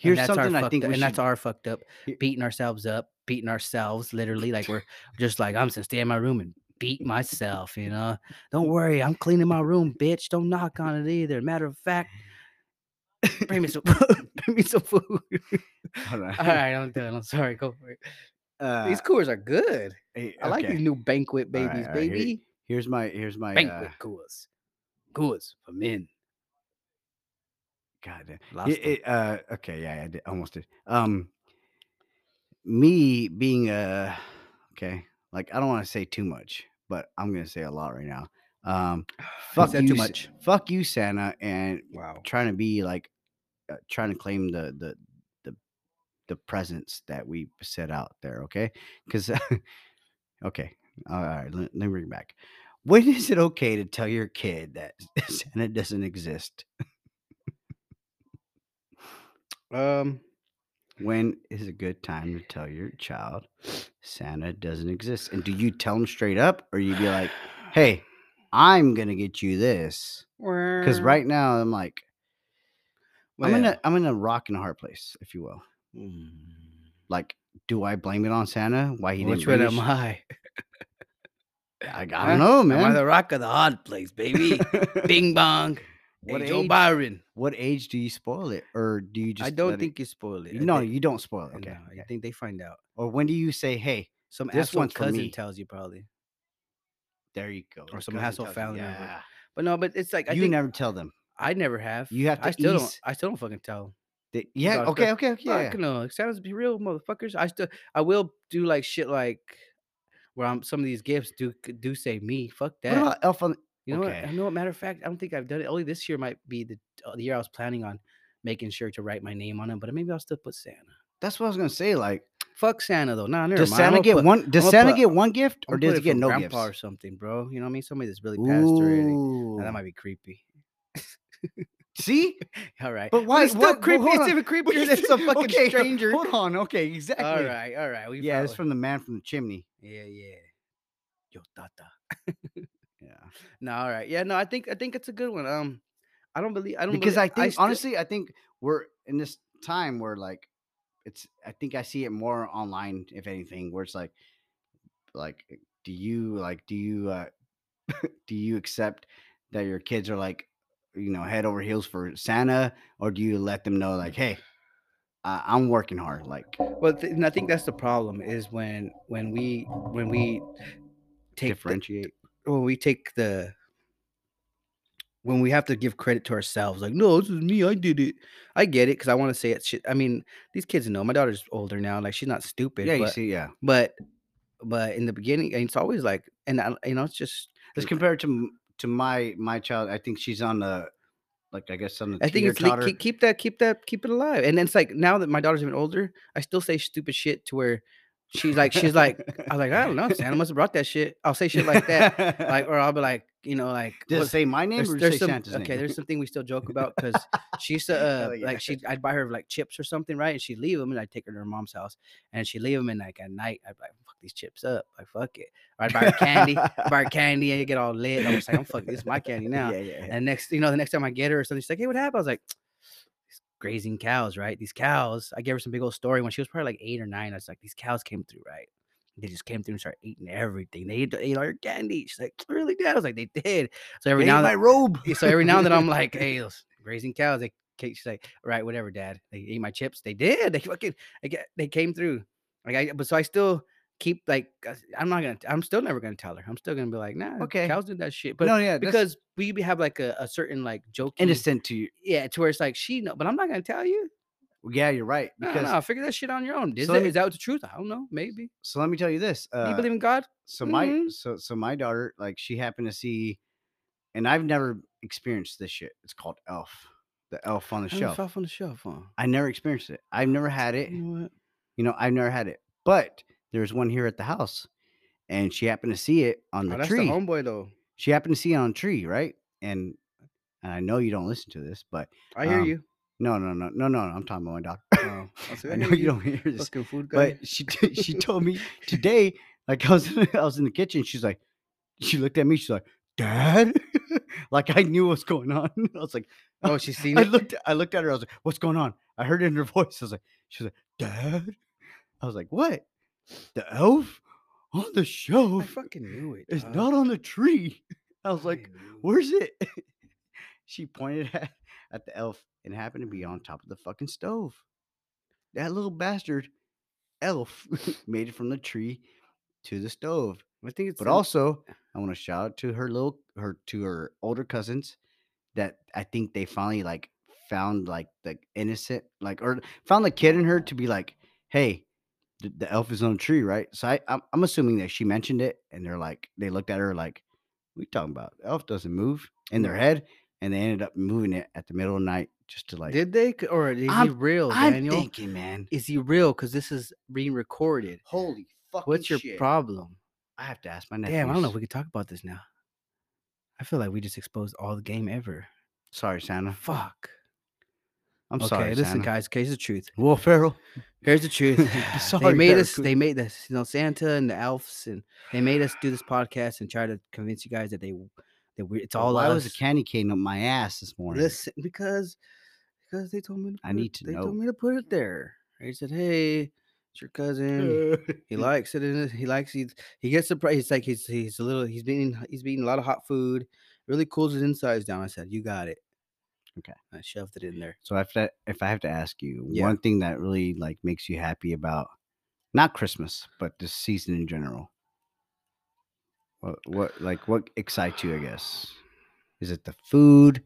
Speaker 2: Here's
Speaker 1: that's our
Speaker 2: something I
Speaker 1: fucked
Speaker 2: think
Speaker 1: up-
Speaker 2: we
Speaker 1: and that's
Speaker 2: should-
Speaker 1: our fucked up,
Speaker 2: Here-
Speaker 1: beating ourselves up, beating ourselves literally. Like we're just like, I'm just gonna stay in my room and beat myself, you know. Don't worry, I'm cleaning my room, bitch. Don't knock on it either. Matter of fact, bring me some *laughs* bring me some food.
Speaker 2: *laughs* Hold
Speaker 1: *laughs*
Speaker 2: on.
Speaker 1: All right, I'm done. I'm sorry, go for it. *laughs*
Speaker 2: Uh,
Speaker 1: these coolers are good.
Speaker 2: hey,
Speaker 1: I like
Speaker 2: okay.
Speaker 1: these new banquet
Speaker 2: All right,
Speaker 1: babies,
Speaker 2: all right, here-
Speaker 1: baby.
Speaker 2: Here's my here's my uh,
Speaker 1: banquet coolers. Coolers for men.
Speaker 2: God damn.
Speaker 1: Lost
Speaker 2: It-
Speaker 1: them.
Speaker 2: it, uh, okay, yeah, I did, almost did. Um, me being a okay, like I don't want to say too much, but I'm gonna say a lot right now. Um, fuck
Speaker 1: said
Speaker 2: you,
Speaker 1: too
Speaker 2: Sa-
Speaker 1: much.
Speaker 2: Fuck you, Santa, and
Speaker 1: Wow.
Speaker 2: trying to be like, uh, trying to claim the the the the presence that we set out there. Okay, because *laughs* okay, all right, let, let me bring it back. When is it okay to tell your kid that *laughs* Santa doesn't exist?
Speaker 1: Um.
Speaker 2: When is a good time to tell your child Santa doesn't exist? And do you tell them straight up, or you
Speaker 1: *sighs*
Speaker 2: be like, "Hey, I'm gonna get you this"? Because right now I'm like, I'm in a I'm in a rock and a hard place, if you will. Like, do I blame it on Santa? Why he
Speaker 1: Mm. Which
Speaker 2: didn't?
Speaker 1: one
Speaker 2: bring
Speaker 1: am
Speaker 2: us-
Speaker 1: I?
Speaker 2: I, I don't
Speaker 1: huh?
Speaker 2: know,
Speaker 1: Am I
Speaker 2: man.
Speaker 1: the rock of the hard place,
Speaker 2: *laughs*
Speaker 1: baby? Bing bong. What
Speaker 2: what
Speaker 1: hey, Joe
Speaker 2: age?
Speaker 1: Byron.
Speaker 2: What age do you spoil it, or do you just?
Speaker 1: I don't
Speaker 2: let it-
Speaker 1: think you spoil it. I
Speaker 2: no,
Speaker 1: think-
Speaker 2: you don't spoil it. Okay.
Speaker 1: no, I
Speaker 2: okay.
Speaker 1: think they find out.
Speaker 2: Or when do you say, "Hey,
Speaker 1: Some
Speaker 2: This
Speaker 1: asshole
Speaker 2: one's for
Speaker 1: cousin
Speaker 2: me.
Speaker 1: tells you probably,
Speaker 2: there you go,"
Speaker 1: Or
Speaker 2: the
Speaker 1: some
Speaker 2: cousin
Speaker 1: asshole
Speaker 2: tells you,
Speaker 1: family member.
Speaker 2: Yeah.
Speaker 1: but no. But it's like I
Speaker 2: you
Speaker 1: think
Speaker 2: never tell them.
Speaker 1: I never have.
Speaker 2: you have
Speaker 1: I
Speaker 2: to
Speaker 1: still don't.
Speaker 2: ease-
Speaker 1: I still don't fucking tell.
Speaker 2: They- yeah.
Speaker 1: Oh, it's
Speaker 2: Okay.
Speaker 1: good.
Speaker 2: Okay. Okay.
Speaker 1: Yeah.
Speaker 2: Yeah.
Speaker 1: Fuck no. Sounds be real, motherfuckers. I still. I will do like shit like where I'm. Some of these gifts do do say me. Fuck that.
Speaker 2: What about Elf on?
Speaker 1: You know
Speaker 2: Okay.
Speaker 1: what? I know. Matter of fact, I don't think I've done it. Only this year might be the, uh, the year I was planning on making sure to write my name on it, but maybe I'll still put Santa.
Speaker 2: That's what I was gonna say. Like,
Speaker 1: Fuck Santa though. Nah, never
Speaker 2: does
Speaker 1: mind.
Speaker 2: Santa
Speaker 1: I'ma
Speaker 2: get
Speaker 1: put-
Speaker 2: one? Does
Speaker 1: I'ma
Speaker 2: Santa
Speaker 1: put-
Speaker 2: get one gift,
Speaker 1: I'ma
Speaker 2: or
Speaker 1: put
Speaker 2: does
Speaker 1: it
Speaker 2: he get
Speaker 1: from
Speaker 2: no
Speaker 1: grandpa or
Speaker 2: gifts?
Speaker 1: something, bro? You know what I mean? Somebody that's really passed already.
Speaker 2: Ooh.
Speaker 1: Now, that might be creepy. *laughs*
Speaker 2: See,
Speaker 1: All right.
Speaker 2: but why?
Speaker 1: it's still
Speaker 2: why- well,
Speaker 1: creepy.
Speaker 2: hold
Speaker 1: It's
Speaker 2: on.
Speaker 1: even
Speaker 2: Well,
Speaker 1: creepier
Speaker 2: you
Speaker 1: than
Speaker 2: said-
Speaker 1: some fucking
Speaker 2: okay,
Speaker 1: stranger.
Speaker 2: Hold on. Okay. Exactly.
Speaker 1: All right, all right. We
Speaker 2: Yeah, it's
Speaker 1: found-
Speaker 2: from the man from the chimney.
Speaker 1: yeah, yeah. Yo, tata. *laughs*
Speaker 2: Yeah.
Speaker 1: No, all right. Yeah, no. I think I think it's a good one. Um, I don't believe I don't
Speaker 2: Because I
Speaker 1: believe-
Speaker 2: think
Speaker 1: still-
Speaker 2: honestly, I think we're in this time where like it's I think I see it more online, if anything, where it's like like eh, do you like do you uh *laughs* do you accept that your kids are like you know head over heels for Santa or do you let them know like hey I I'm working hard like
Speaker 1: Well, th- and I think that's the problem is when when we when we take the,
Speaker 2: differentiate
Speaker 1: when we take the when we have to give credit to ourselves, like no, this is me, I did it. I get it because I want to say it. Shit, I mean, these kids know. My daughter's older now, like she's not stupid.
Speaker 2: yeah you
Speaker 1: but,
Speaker 2: see yeah
Speaker 1: but but in the beginning, and it's always like, and I, you know, it's just.
Speaker 2: let's compare it to m- to my my child I think she's on the like I guess on the
Speaker 1: I think
Speaker 2: teeter
Speaker 1: it's like
Speaker 2: totter.
Speaker 1: keep, keep that, keep that, keep it alive. And then it's like now that my daughter's even older, I still say stupid shit to where she's like, she's like, I was like, I don't
Speaker 2: *laughs*
Speaker 1: know, Santa must have brought that shit. I'll say shit like that, like, or I'll be like, you know, like,
Speaker 2: Does it
Speaker 1: "What's-
Speaker 2: say my name
Speaker 1: there's,
Speaker 2: or
Speaker 1: there's
Speaker 2: say
Speaker 1: some,
Speaker 2: Santa's
Speaker 1: okay,
Speaker 2: name?
Speaker 1: there's something we still joke about
Speaker 2: *laughs*
Speaker 1: because she used to,
Speaker 2: Hell
Speaker 1: uh,
Speaker 2: yeah.
Speaker 1: like, she, I'd buy her like chips or something, right? And she'd leave them, and I'd take her to her mom's house, and she'd leave them, and like at night, I'd be like, fuck these chips up, like fuck it, or I'd buy her
Speaker 2: *laughs*
Speaker 1: candy, buy her candy, and get all lit. I was like, I'm fuck this, is my candy now.
Speaker 2: Yeah, yeah, yeah.
Speaker 1: And next, you know, the next time I get her or something, she's like, "Hey, what happened?" I was like, "These "Grazing cows, right? These cows." I gave her some big old story when she was probably like eight or nine. I was like, "These cows came through, right? They just came through and started eating everything. They ate, they ate all your candy." She's like, "Really, Dad?" I was like, "They did." So every
Speaker 2: They ate
Speaker 1: now and
Speaker 2: my robe.
Speaker 1: yeah, so every now and then
Speaker 2: *laughs*
Speaker 1: I'm like, hey, those grazing cows. They ca- she's like, all right, whatever, dad. They ate my chips. They did. They fucking I get, they came through. Like I but so I still keep like uh, I'm not gonna I'm still never gonna tell her. I'm still gonna be like, nah,
Speaker 2: Okay.
Speaker 1: cows did that shit. But
Speaker 2: no, yeah,
Speaker 1: because
Speaker 2: because
Speaker 1: we be- have like a, a certain like joke
Speaker 2: innocent to you.
Speaker 1: Yeah, to where it's like she know, but I'm not gonna tell you.
Speaker 2: Yeah, you're right.
Speaker 1: No,
Speaker 2: Because
Speaker 1: no, figure that shit on your own. Is,
Speaker 2: so
Speaker 1: that
Speaker 2: let
Speaker 1: is
Speaker 2: me-
Speaker 1: that the truth? I don't know. Maybe.
Speaker 2: so let me tell you this.
Speaker 1: Do
Speaker 2: Uh,
Speaker 1: you believe in God?
Speaker 2: so my
Speaker 1: Mhm.
Speaker 2: so so my daughter like she happened to see and I've never experienced this shit. It's called Elf, the Elf on the Oh,
Speaker 1: I don't know
Speaker 2: Shelf.
Speaker 1: if I've on the shelf. Huh?
Speaker 2: I never experienced it. I've never had it.
Speaker 1: You know what?
Speaker 2: You know, I've never had it. But there's one here at the house, and she happened to see it on
Speaker 1: Oh,
Speaker 2: the
Speaker 1: that's
Speaker 2: tree.
Speaker 1: the homeboy though.
Speaker 2: she happened to see it on a tree, right? And and I know you don't listen to this, but
Speaker 1: I hear
Speaker 2: Um,
Speaker 1: you.
Speaker 2: no, no, no, no, no. I'm talking about my dog.
Speaker 1: Oh, I, said,
Speaker 2: *laughs* I
Speaker 1: I
Speaker 2: know
Speaker 1: hear *laughs*
Speaker 2: you don't hear this,
Speaker 1: Fucking food guy.
Speaker 2: but she t- she told me today. Like I was *laughs* I was in the kitchen. She's like, she looked at me. She's like, Dad. *laughs* like I knew what's going on. *laughs* I was like,
Speaker 1: oh, she's seen *laughs*
Speaker 2: I
Speaker 1: it.
Speaker 2: looked I looked at her. I was like, what's going on? I heard it in her *laughs* voice. I was like, she was like, Dad. I was like, what? The elf on the
Speaker 1: I uh
Speaker 2: shelf
Speaker 1: fucking knew it.
Speaker 2: is
Speaker 1: dog.
Speaker 2: not on the tree. *laughs* I was
Speaker 1: I
Speaker 2: like,
Speaker 1: knew it.
Speaker 2: Where's it? *laughs* she pointed *laughs* at, at the elf and happened to be on top of the fucking stove. That little bastard elf *laughs* made it from the tree to the stove.
Speaker 1: I think it's
Speaker 2: But
Speaker 1: the-
Speaker 2: also, I want to shout out to her little her to her older cousins that I think they finally like found like the innocent like or found the kid in her to be like, hey, the, the elf is on a tree, right? So I I'm, I'm assuming that she mentioned it and they're like they looked at her like, we talking about elf doesn't move in their
Speaker 1: Right.
Speaker 2: head, and they ended up moving it at the middle of the night just to like.
Speaker 1: did they C- or is he
Speaker 2: I'm-
Speaker 1: real,
Speaker 2: I'm
Speaker 1: Daniel?
Speaker 2: thinking, man.
Speaker 1: is he real? Because this is being recorded.
Speaker 2: Holy fucking
Speaker 1: What's your
Speaker 2: shit.
Speaker 1: problem?
Speaker 2: I have to ask my nephews.
Speaker 1: Damn, I don't know if we could talk about this now. I feel like we just exposed all the game ever.
Speaker 2: Sorry, Santa.
Speaker 1: Fuck.
Speaker 2: I'm
Speaker 1: okay,
Speaker 2: sorry.
Speaker 1: listen,
Speaker 2: Santa.
Speaker 1: guys. Here's the truth.
Speaker 2: Will Ferrell.
Speaker 1: Here's the
Speaker 2: *laughs*
Speaker 1: truth. *laughs* they
Speaker 2: Sorry,
Speaker 1: made us.
Speaker 2: Barracuda.
Speaker 1: They made this. You know, Santa and the elves, and they made us do this podcast and try to convince you guys that they that we it's all
Speaker 2: Why
Speaker 1: us.
Speaker 2: was a candy cane up my ass this morning?
Speaker 1: Listen, because because they told me. To
Speaker 2: I
Speaker 1: put it-
Speaker 2: need to
Speaker 1: they
Speaker 2: know.
Speaker 1: told me to put it there. He said, "Hey, it's your cousin.
Speaker 2: *laughs*
Speaker 1: He
Speaker 2: he
Speaker 1: likes it, and he likes he he gets surprised. He's like he's he's a little he's been eating- he's been eating a lot of hot food. Really cools his insides down. I said, you got it.
Speaker 2: Okay.
Speaker 1: I shoved it in there.
Speaker 2: so if that if I have to ask you
Speaker 1: Yeah.
Speaker 2: one thing that really like makes you happy about not Christmas but this season in general, what what like what excites you? I guess is it the food?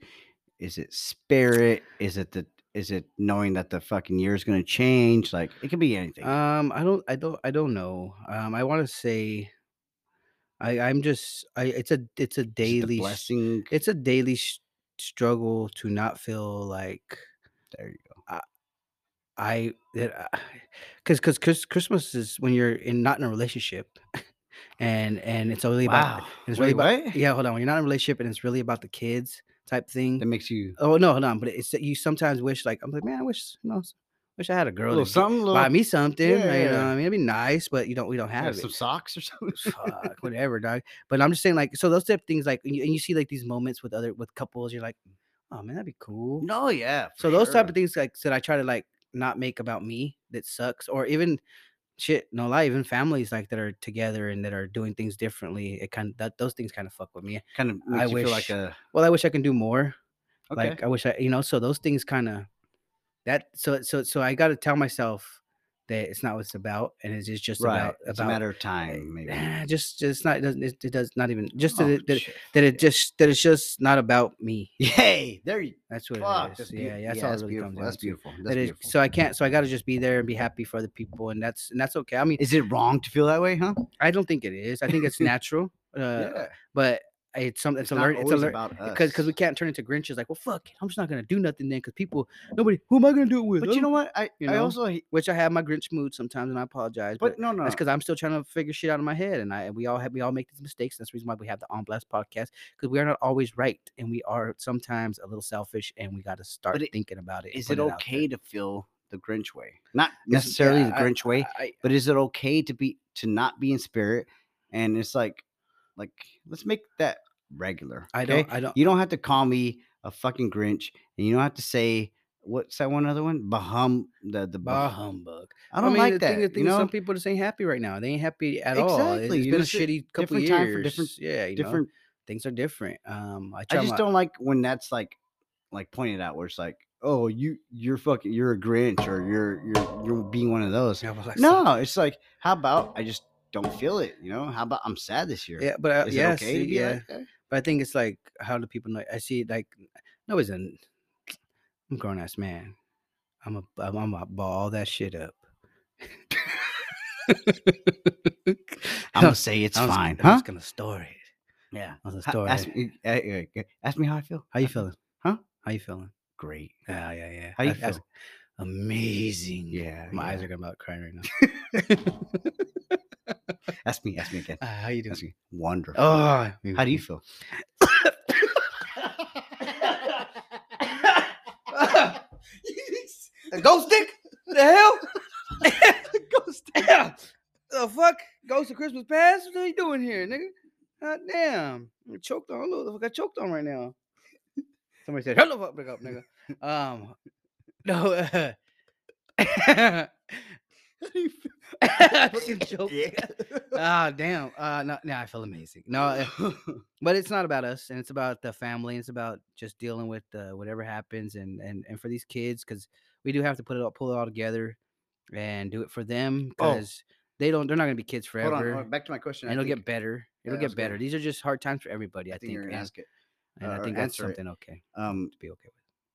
Speaker 2: Is it spirit? Is it the is it knowing that the fucking year is going to change? Like it could be anything.
Speaker 1: Um, I don't, I don't, I don't know. Um, I want to say, I, I'm just, I, it's a, it's a
Speaker 2: Is it the
Speaker 1: daily, s-
Speaker 2: blessing.
Speaker 1: it's a daily s- struggle to not feel like
Speaker 2: there you go.
Speaker 1: I *sighs* that because because Christmas is when you're in not in a relationship, *laughs* and and it's really about it's really
Speaker 2: Wait,
Speaker 1: about
Speaker 2: *laughs* what?
Speaker 1: yeah. Hold on, when you're not in a relationship and it's really about the kids type thing.
Speaker 2: That makes you
Speaker 1: oh no, hold on, but it's that you sometimes wish like I'm like man, I wish you know, s- wish I had a
Speaker 2: a
Speaker 1: girl
Speaker 2: little
Speaker 1: to gi-
Speaker 2: something.
Speaker 1: buy
Speaker 2: little-
Speaker 1: me something. like, You know,
Speaker 2: yeah.
Speaker 1: what I mean, it'd be nice, but you don't we don't
Speaker 2: Yeah,
Speaker 1: have it.
Speaker 2: some socks
Speaker 1: *laughs*
Speaker 2: or something.
Speaker 1: Fuck, whatever, dog. But I'm just saying, like, so those type of things, like, and you, and you see like these moments with other with couples, you're like, oh man, that'd be cool.
Speaker 2: No, yeah.
Speaker 1: So those type of things like that I try to like not make about me that sucks or even shit no lie even families like that are together and that are doing things differently it kind of that those things kind of fuck with me
Speaker 2: kind of
Speaker 1: I
Speaker 2: makes you feel like
Speaker 1: wish-
Speaker 2: a
Speaker 1: well i wish i can do more
Speaker 2: okay.
Speaker 1: like i wish i you know so those things kind of that so so so i got to tell myself that it's not what it's about and it's just, just
Speaker 2: right.
Speaker 1: about
Speaker 2: it's a
Speaker 1: about
Speaker 2: matter of time, maybe. *laughs*
Speaker 1: eh, just just not it doesn't it, it does not even just that
Speaker 2: Oh,
Speaker 1: it, that, it-
Speaker 2: shit.
Speaker 1: that it just that it's just not about me
Speaker 2: Yay! There you
Speaker 1: that's what
Speaker 2: fuck.
Speaker 1: it is
Speaker 2: Oh, that's beau-
Speaker 1: yeah, yeah that's all
Speaker 2: that's
Speaker 1: it really
Speaker 2: beautiful.
Speaker 1: comes down
Speaker 2: that's
Speaker 1: to.
Speaker 2: beautiful. That's
Speaker 1: That is
Speaker 2: beautiful.
Speaker 1: so I can't so I got to just be there and be happy for other people and that's and that's okay. I mean,
Speaker 2: is it wrong to feel that way, huh?
Speaker 1: I don't think it is. I think
Speaker 2: *laughs*
Speaker 1: it's natural. Uh, but it's something it's,
Speaker 2: not
Speaker 1: a learn it's a
Speaker 2: always
Speaker 1: learn
Speaker 2: about us.
Speaker 1: because because we can't turn into Grinches like, well, fuck, it, I'm just not gonna do nothing then because people nobody who am I gonna do it with?
Speaker 2: But you know what? I
Speaker 1: you
Speaker 2: I
Speaker 1: know?
Speaker 2: also he-
Speaker 1: Which I have my Grinch mood sometimes and I apologize, but.
Speaker 2: but no no.
Speaker 1: that's
Speaker 2: no.
Speaker 1: because I'm still trying to figure shit out in my head, and I and we all have we all make these mistakes. That's the reason why we have the On Blast podcast because we are not always right, and we are sometimes a little selfish, and we got to start
Speaker 2: it-
Speaker 1: thinking about it. and
Speaker 2: Is it
Speaker 1: putting out there.
Speaker 2: okay to feel the Grinch way? Not
Speaker 1: It's-
Speaker 2: necessarily
Speaker 1: yeah,
Speaker 2: the
Speaker 1: I-
Speaker 2: Grinch way,
Speaker 1: I-
Speaker 2: but is it okay to be to not be in spirit? And it's like, like let's make that regular.
Speaker 1: I
Speaker 2: okay?
Speaker 1: don't. I don't.
Speaker 2: Uh, You don't have to call me a fucking Grinch, and you don't have to say what's that one other one? Bahum the the
Speaker 1: Bah
Speaker 2: bah-
Speaker 1: humbug.
Speaker 2: I don't
Speaker 1: mean,
Speaker 2: like
Speaker 1: the
Speaker 2: that.
Speaker 1: Thing, the thing
Speaker 2: you
Speaker 1: is
Speaker 2: know,
Speaker 1: some people just ain't happy right now. They ain't happy at all. It-
Speaker 2: Exactly,
Speaker 1: It's
Speaker 2: you
Speaker 1: been
Speaker 2: know,
Speaker 1: a
Speaker 2: shit-
Speaker 1: shitty couple
Speaker 2: different
Speaker 1: years.
Speaker 2: time for different-
Speaker 1: yeah, you
Speaker 2: different.
Speaker 1: Know, things are different. Um, I,
Speaker 2: I
Speaker 1: try
Speaker 2: just
Speaker 1: my-
Speaker 2: don't
Speaker 1: *laughs*
Speaker 2: like when that's like like pointed out where it's like, oh, you you're fucking you're a Grinch or you're you're you're being one of those.
Speaker 1: Yeah, well, like, so-
Speaker 2: No, it's like how about I just don't feel it. You know, how about I'm sad this year?
Speaker 1: Yeah, but uh,
Speaker 2: Is
Speaker 1: yeah,
Speaker 2: it okay to
Speaker 1: see,
Speaker 2: be
Speaker 1: yeah.
Speaker 2: like
Speaker 1: *laughs*
Speaker 2: that?
Speaker 1: But I think it's like how do people know? I see like no, it's an I'm a grown ass man. I'm a I'm, I'm a ball all that shit up. *laughs*
Speaker 2: I'm gonna say it's
Speaker 1: I was-
Speaker 2: fine,
Speaker 1: I'm
Speaker 2: huh?
Speaker 1: just gonna store it. Yeah, that's a
Speaker 2: Ha-
Speaker 1: story.
Speaker 2: Ask me, uh, uh, uh, ask me how I feel.
Speaker 1: How you feeling?
Speaker 2: Huh?
Speaker 1: How you feeling?
Speaker 2: Great.
Speaker 1: Yeah, yeah, yeah.
Speaker 2: How you
Speaker 1: I feel
Speaker 2: ask-
Speaker 1: Amazing.
Speaker 2: Yeah.
Speaker 1: Mm, My eyes
Speaker 2: yeah.
Speaker 1: are about crying right now.
Speaker 2: Ask me. Ask me again.
Speaker 1: Uh, how you doing?
Speaker 2: Ask me. Wonderful.
Speaker 1: Oh,
Speaker 2: how do you feel?
Speaker 1: A *laughs* ghost dick? The hell? *laughs* ghost dick. *laughs* The fuck? Ghost of Christmas past? What are you doing here, nigga? God damn. I'm choked on. Look, the fuck I got choked on right now. Somebody said, hello, fuck, pick up, *laughs* nigga. Um, no, uh, *laughs* I fucking
Speaker 2: Oh,
Speaker 1: choked.
Speaker 2: *laughs*
Speaker 1: Ah, damn. Uh, no, no, I feel amazing. No, uh,
Speaker 2: *laughs*
Speaker 1: but it's not about us, and it's about the family. It's about just dealing with uh, whatever happens, and and and for these kids, because we do have to put it all, pull it all together, and do it for them,
Speaker 2: Oh.
Speaker 1: because they don't, they're not gonna be kids
Speaker 2: Hold
Speaker 1: forever.
Speaker 2: on, hold on, Back to my question.
Speaker 1: and
Speaker 2: I
Speaker 1: it'll get
Speaker 2: think-
Speaker 1: better.
Speaker 2: Yeah,
Speaker 1: It'll
Speaker 2: that was
Speaker 1: get
Speaker 2: good.
Speaker 1: better. These are just hard times for everybody, I,
Speaker 2: I think
Speaker 1: think,
Speaker 2: you're
Speaker 1: and,
Speaker 2: gonna ask it.
Speaker 1: and I
Speaker 2: or
Speaker 1: think that's
Speaker 2: answer it.
Speaker 1: something okay
Speaker 2: Um,
Speaker 1: to be okay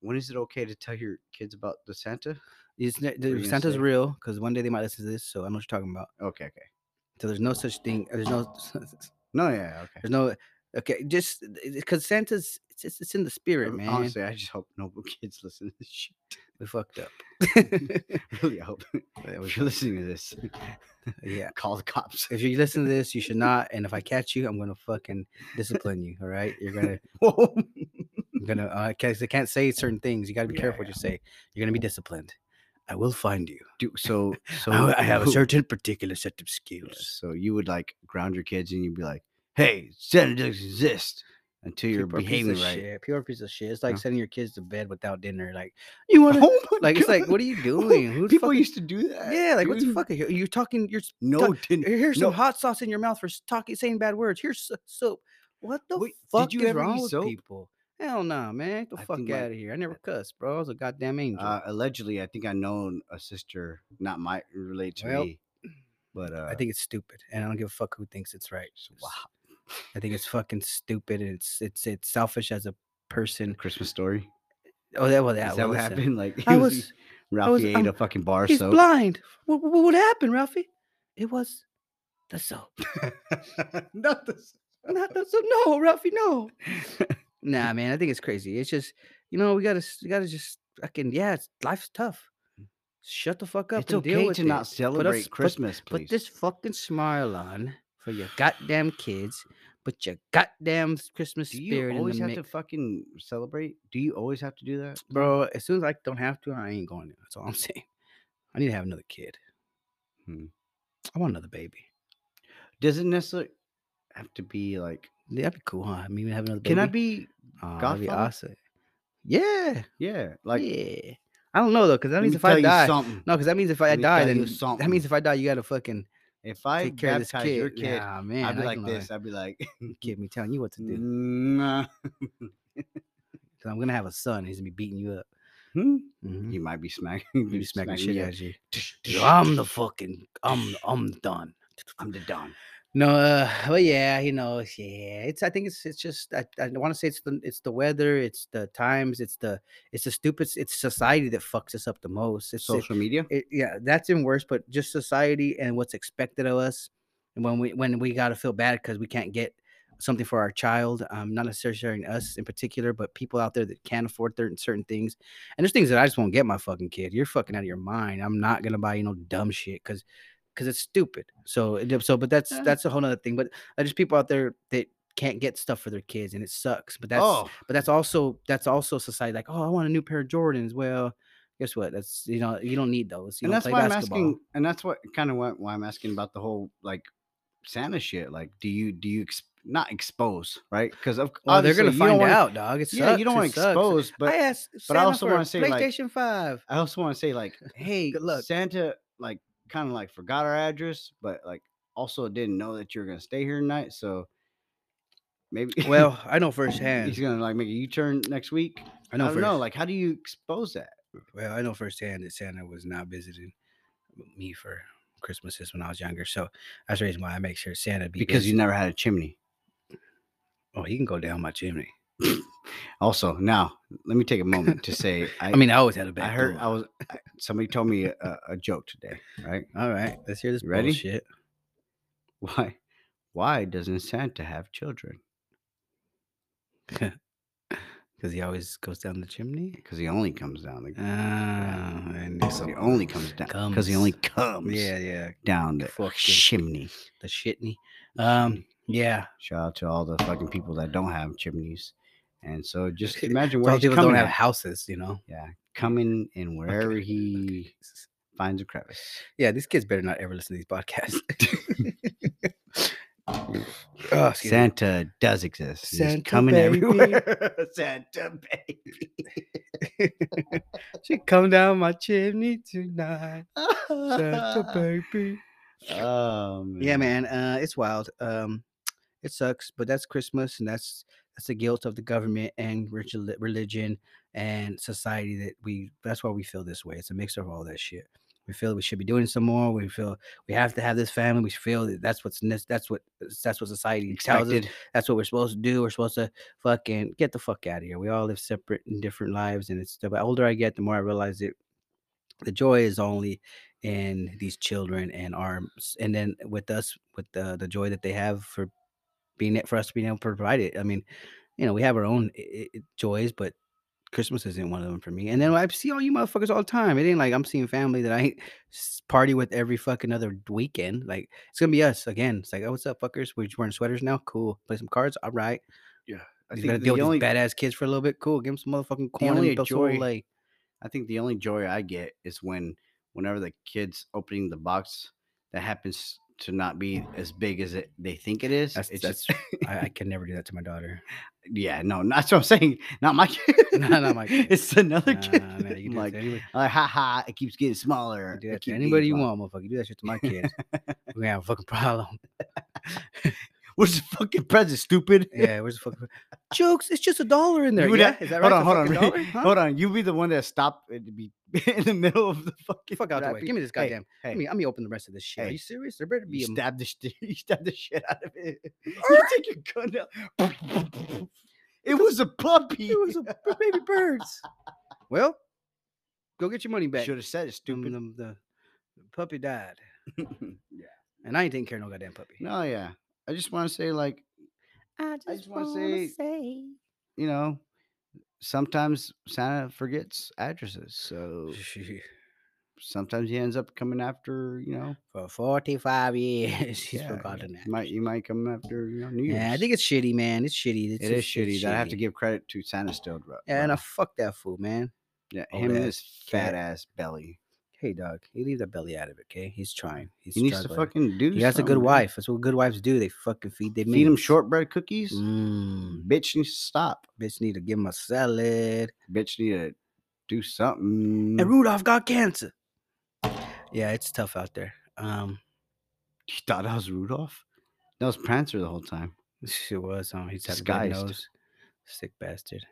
Speaker 1: with.
Speaker 2: when is it okay to tell your kids about the Santa?
Speaker 1: It's, not-
Speaker 2: were you
Speaker 1: the
Speaker 2: gonna
Speaker 1: Santa's
Speaker 2: say?
Speaker 1: real, because one day they might listen to this, so I know what you're talking about.
Speaker 2: Okay, okay.
Speaker 1: So there's no such thing. There's no.
Speaker 2: No, yeah, okay.
Speaker 1: There's no okay, just because Santa's it's, it's it's in the spirit,
Speaker 2: Um,
Speaker 1: man.
Speaker 2: Honestly, I just hope no *laughs* kids listen to this *laughs* shit.
Speaker 1: we fucked up.
Speaker 2: Really, I hope. *laughs* if you're listening to this, *laughs*
Speaker 1: *laughs* yeah.
Speaker 2: call the cops. *laughs*
Speaker 1: If you listen to this, you should not. And if I catch you, I'm gonna fucking discipline you. All right, you're gonna
Speaker 2: Whoa.
Speaker 1: I'm gonna uh, cause they can't say certain things. You gotta be
Speaker 2: Yeah,
Speaker 1: careful what you say. You're gonna be disciplined. I will find you.
Speaker 2: Do, *laughs* so, so
Speaker 1: I, I have a
Speaker 2: who-
Speaker 1: certain particular set of skills.
Speaker 2: So you would like ground your kids and you'd be like, "Hey, Santa doesn't exist until you're
Speaker 1: People are a piece
Speaker 2: behaving
Speaker 1: of
Speaker 2: right."
Speaker 1: Shit. Pure piece of shit. It's like
Speaker 2: Yeah.
Speaker 1: sending your kids to bed without dinner. Like you *laughs* want to.
Speaker 2: *laughs* *laughs* Oh my
Speaker 1: Like it's like,
Speaker 2: God.
Speaker 1: what are *laughs* you doing? Who the
Speaker 2: People
Speaker 1: fuck-
Speaker 2: used to do that.
Speaker 1: Yeah, like what the
Speaker 2: dude.
Speaker 1: fuck? are you- You're talking. You're
Speaker 2: No,
Speaker 1: Here-
Speaker 2: didn't.
Speaker 1: Here's
Speaker 2: No.
Speaker 1: some hot sauce in your mouth for s- talking, saying bad words. Here's so- soap. What the
Speaker 2: Wait, did
Speaker 1: fuck
Speaker 2: you
Speaker 1: is
Speaker 2: ever
Speaker 1: wrong
Speaker 2: use
Speaker 1: with
Speaker 2: soap?
Speaker 1: people? Hell no, man. Get the
Speaker 2: I
Speaker 1: fuck
Speaker 2: think my-
Speaker 1: out of here. I never cussed, bro. I was a goddamn angel.
Speaker 2: Uh, allegedly, I think I known a sister, not my relate to
Speaker 1: Well,
Speaker 2: me, but uh,
Speaker 1: I think it's stupid, and I don't give a fuck who thinks it's right.
Speaker 2: wow,
Speaker 1: I think it's fucking stupid, and it's it's it's selfish as a person.
Speaker 2: Christmas story.
Speaker 1: Oh, that well, yeah,
Speaker 2: Is that
Speaker 1: well, *laughs*
Speaker 2: what
Speaker 1: listen.
Speaker 2: happened? *laughs* Like
Speaker 1: I
Speaker 2: he
Speaker 1: was.
Speaker 2: Ralphie
Speaker 1: was-
Speaker 2: ate
Speaker 1: I'm-
Speaker 2: a fucking bar
Speaker 1: He's
Speaker 2: soap.
Speaker 1: blind. What, what, what happened, Ralphie? It was the soap. *laughs*
Speaker 2: *laughs* not the s-
Speaker 1: Not the soap. No, Ralphie, no. Nah, man, I think it's crazy. It's just, you know, we gotta, s- we gotta just fucking, yeah, it's, life's tough. Shut the fuck up
Speaker 2: Mm. It's
Speaker 1: and deal
Speaker 2: okay
Speaker 1: with
Speaker 2: to
Speaker 1: it.
Speaker 2: not celebrate
Speaker 1: put-
Speaker 2: Christmas, please.
Speaker 1: Put this fucking smile on for your goddamn kids. Put your goddamn s- Christmas
Speaker 2: do you
Speaker 1: spirit in the
Speaker 2: always have
Speaker 1: mix,
Speaker 2: to fucking celebrate? Do you always have to do that?
Speaker 1: bro. As soon as I don't have to, I ain't going. There. That's all I'm *laughs* saying. I need to have another kid.
Speaker 2: Hmm.
Speaker 1: I want another baby.
Speaker 2: Doesn't necessarily have to be like.
Speaker 1: Yeah, That'd be cool, huh? I mean, have another baby.
Speaker 2: Can I be?
Speaker 1: Oh, that'd be
Speaker 2: Godfather?
Speaker 1: awesome. Yeah,
Speaker 2: Yeah, like.
Speaker 1: yeah. I don't know though, because that
Speaker 2: let
Speaker 1: means
Speaker 2: me
Speaker 1: if I
Speaker 2: tell you
Speaker 1: die,
Speaker 2: something.
Speaker 1: No, because that means if I
Speaker 2: Let me
Speaker 1: die,
Speaker 2: tell you
Speaker 1: then that means
Speaker 2: something.
Speaker 1: if I die, you gotta fucking
Speaker 2: if I
Speaker 1: take care of this
Speaker 2: baptize
Speaker 1: kid.
Speaker 2: your kid,
Speaker 1: Nah, man,
Speaker 2: I'd be
Speaker 1: I
Speaker 2: like
Speaker 1: can lie.
Speaker 2: this. Mm-hmm. I'd be like,
Speaker 1: Kid, me telling you what to do.
Speaker 2: nah.
Speaker 1: 'Cause I'm gonna have a son. He's gonna be beating you up.
Speaker 2: Hmm?
Speaker 1: Mhm.
Speaker 2: You might
Speaker 1: *laughs*
Speaker 2: be smacking. You
Speaker 1: He be smacking shit out of
Speaker 2: *laughs*
Speaker 1: you.
Speaker 2: shit.
Speaker 1: Yo, I'm the fucking. I'm I'm done.
Speaker 2: I'm the don.
Speaker 1: No, uh, but yeah, you know, it's- yeah. It's I think it's it's just I, I want to say it's the it's the weather, it's the times, it's the it's the stupid it's society that fucks us up the most. It's it-
Speaker 2: Social media.
Speaker 1: it, yeah, that's even worse. But just society and what's expected of us, and when we when we gotta feel bad because we can't get something for our child, um, not necessarily us in particular, but people out there that can't afford certain certain things, and there's things that I just won't get my fucking kid. You're fucking out of your mind. I'm not gonna buy you no dumb shit because because it's stupid. So it- so, but that's
Speaker 2: Yeah.
Speaker 1: that's a whole nother thing. But uh, there's people out there that can't get stuff for their kids, and it sucks. But that's
Speaker 2: oh,
Speaker 1: but that's also that's also society like oh i want a new pair of jordans well guess what that's you know you don't need those you
Speaker 2: and
Speaker 1: don't
Speaker 2: that's
Speaker 1: play
Speaker 2: why
Speaker 1: basketball
Speaker 2: I'm asking. And that's what kind of what why I'm asking about the whole like Santa shit. Like, do you do you ex- not expose right? Because of
Speaker 1: oh they're gonna
Speaker 2: obviously you don't
Speaker 1: find
Speaker 2: wanna-
Speaker 1: out dog it's
Speaker 2: Yeah, you don't want to expose, but
Speaker 1: i asked
Speaker 2: but
Speaker 1: Santa
Speaker 2: I also
Speaker 1: for a
Speaker 2: wanna say, like-
Speaker 1: playstation 5
Speaker 2: I also want to say
Speaker 1: *laughs*
Speaker 2: like, hey,
Speaker 1: Good luck.
Speaker 2: Santa like kind of like forgot our address, but like also didn't know that you were gonna stay here tonight, so maybe *laughs*
Speaker 1: well i know
Speaker 2: he's
Speaker 1: firsthand
Speaker 2: gonna like make a U-turn next week.
Speaker 1: i
Speaker 2: I
Speaker 1: know
Speaker 2: don't know,
Speaker 1: first-
Speaker 2: like how do you expose that?
Speaker 1: well i know firsthand that santa was not visiting me for christmases when i was younger so that's the reason why i make sure santa be
Speaker 2: Because you
Speaker 1: busy.
Speaker 2: never had a chimney.
Speaker 1: oh he can go down my chimney
Speaker 2: Also, now let me take a moment to say I,
Speaker 1: i mean i always *laughs* had a
Speaker 2: I
Speaker 1: bad
Speaker 2: heard I was I, somebody told me a, a- a joke today, right? *laughs*
Speaker 1: all right let's hear this
Speaker 2: You ready?
Speaker 1: bullshit
Speaker 2: Why why doesn't Santa have children?
Speaker 1: Because he always goes down the chimney.
Speaker 2: because he only comes down
Speaker 1: Oh,
Speaker 2: the.
Speaker 1: I knew
Speaker 2: Because he
Speaker 1: something.
Speaker 2: only comes down because he
Speaker 1: Comes.
Speaker 2: only comes
Speaker 1: Ah, Yeah, yeah.
Speaker 2: down the
Speaker 1: Fucking-
Speaker 2: chimney.
Speaker 1: The shitney. Um, yeah.
Speaker 2: Shout out to all the fucking people that don't have chimneys. And so
Speaker 1: *laughs*
Speaker 2: just imagine
Speaker 1: So all
Speaker 2: where
Speaker 1: the
Speaker 2: he's
Speaker 1: people that
Speaker 2: coming
Speaker 1: don't have
Speaker 2: at.
Speaker 1: houses, you know.
Speaker 2: Yeah, coming in wherever he finds a crevice.
Speaker 1: Yeah, these kids better not ever listen to these
Speaker 2: *laughs*
Speaker 1: podcasts. oh, excuse me.
Speaker 2: Santa does exist. and he's
Speaker 1: Santa
Speaker 2: coming
Speaker 1: baby.
Speaker 2: everywhere. Santa
Speaker 1: *laughs*
Speaker 2: baby.
Speaker 1: *laughs* She come down my chimney
Speaker 2: *laughs*
Speaker 1: tonight. Santa baby.
Speaker 2: Oh,
Speaker 1: Yeah, man. Uh, it's wild. Um, it sucks, but that's Christmas, and that's that's the guilt of the government and relig- religion and society that we. That's why we feel this way. It's a mix of all that shit. We feel we should be doing some more. We feel we have to have this family. We feel that that's what's nec- that's what that's what society tells us.
Speaker 2: Expected.
Speaker 1: That's what we're supposed to do. We're supposed to fucking get the fuck out of here. We all live separate and different lives, and it's the older I get, the more I realize it. The joy is only in these children and arms, and then with us, with the the joy that they have for being it for us to be able to provide it. I mean, you know, we have our own i i joys, but Christmas isn't one of them for me. And then I see all you motherfuckers all the time. It ain't like I'm seeing family that I ain't s- party with every fucking other weekend. Like it's gonna be us again. It's like, oh, what's up, fuckers? We're just wearing sweaters now. Cool. Play some cards. All right.
Speaker 2: I
Speaker 1: You gotta
Speaker 2: think, the
Speaker 1: deal with
Speaker 2: only,
Speaker 1: these badass kids for a little bit. Cool. Give them some motherfucking corn
Speaker 2: only
Speaker 1: and throw some
Speaker 2: joy-
Speaker 1: Olay.
Speaker 2: I think the only joy I get is when whenever the kid's opening the box that happens to not be as big as it they think it is.
Speaker 1: That's-
Speaker 2: it's
Speaker 1: that's-
Speaker 2: just
Speaker 1: I, I can never do that to my daughter.
Speaker 2: yeah, no, not- *laughs* that's what I'm saying. Not
Speaker 1: *laughs*
Speaker 2: my kid.
Speaker 1: Not- not my kid.
Speaker 2: It's another
Speaker 1: Nah,
Speaker 2: kid.
Speaker 1: nah, you
Speaker 2: I'm
Speaker 1: do that
Speaker 2: *laughs* like,
Speaker 1: to anybody,
Speaker 2: like, ha ha, it keeps getting smaller.
Speaker 1: you do
Speaker 2: it
Speaker 1: that to
Speaker 2: keep getting
Speaker 1: anybody you
Speaker 2: smaller."
Speaker 1: want, motherfucker. You do that shit to my
Speaker 2: *laughs*
Speaker 1: kids. We're gonna have a fucking problem.
Speaker 2: Where's the fucking present, stupid?
Speaker 1: Yeah, where's the fucking jokes? It's just a dollar in there.
Speaker 2: would
Speaker 1: yeah,
Speaker 2: have-
Speaker 1: is that
Speaker 2: hold
Speaker 1: right? It's
Speaker 2: on,
Speaker 1: a
Speaker 2: hold on,
Speaker 1: fucking
Speaker 2: wait,
Speaker 1: dollar, huh?
Speaker 2: Hold on, you be the one that stopped and be *laughs* in the middle of the fucking.
Speaker 1: Fuck out the way. Give me this
Speaker 2: wrapping.
Speaker 1: goddamn.
Speaker 2: hey.
Speaker 1: Let me. Let me open the rest of this shit. Are
Speaker 2: Hey.
Speaker 1: you serious? There better
Speaker 2: You
Speaker 1: be a.
Speaker 2: stab the sh- *laughs* you stab the shit out of it. *laughs*
Speaker 1: *laughs*
Speaker 2: you take your gun out. it was a puppy.
Speaker 1: It was a it was baby
Speaker 2: *laughs*
Speaker 1: birds. well, go get your money back.
Speaker 2: Should have said it,
Speaker 1: Um,
Speaker 2: stupid.
Speaker 1: the, the- the puppy died, *laughs*
Speaker 2: yeah.
Speaker 1: and I ain't taking care of no goddamn puppy.
Speaker 2: No, yeah. I just want to say, like,
Speaker 3: I just,
Speaker 2: just wanna
Speaker 3: want to
Speaker 2: say-
Speaker 3: say,
Speaker 2: you know, sometimes Santa forgets addresses, so
Speaker 1: She-
Speaker 2: sometimes he ends up coming after, you know,
Speaker 1: *laughs* For forty-five years, *laughs* she's
Speaker 2: yeah,
Speaker 1: forgotten that.
Speaker 2: you Might you might come after you know New Year's?
Speaker 1: yeah, I think it's shitty, man. It's shitty. It's
Speaker 2: it is
Speaker 1: just- it's
Speaker 2: shitty. That I have to
Speaker 1: shitty.
Speaker 2: give credit to Santa still, bro.
Speaker 1: Yeah, and I
Speaker 2: bro.
Speaker 1: fuck that fool, man.
Speaker 2: yeah,
Speaker 1: old
Speaker 2: him
Speaker 1: ass
Speaker 2: and his fat
Speaker 1: cat.
Speaker 2: ass belly.
Speaker 1: Hey, dog, you leave that belly out of it, okay? He's trying. He's
Speaker 2: He needs
Speaker 1: struggling.
Speaker 2: to fucking do.
Speaker 1: He has a
Speaker 2: something,
Speaker 1: good
Speaker 2: dude.
Speaker 1: wife. That's what good wives do. They fucking feed their
Speaker 2: Feed him
Speaker 1: minions.
Speaker 2: shortbread cookies.
Speaker 1: Mm,
Speaker 2: Bitch needs to stop.
Speaker 1: bitch, need to give him a salad.
Speaker 2: Bitch need to do something.
Speaker 1: and Rudolph got cancer. Yeah, it's tough out there. Um,
Speaker 2: you thought I was Rudolph? That was Prancer the whole time.
Speaker 1: it was um, he's had a bad
Speaker 2: Disguised.
Speaker 1: nose, sick bastard.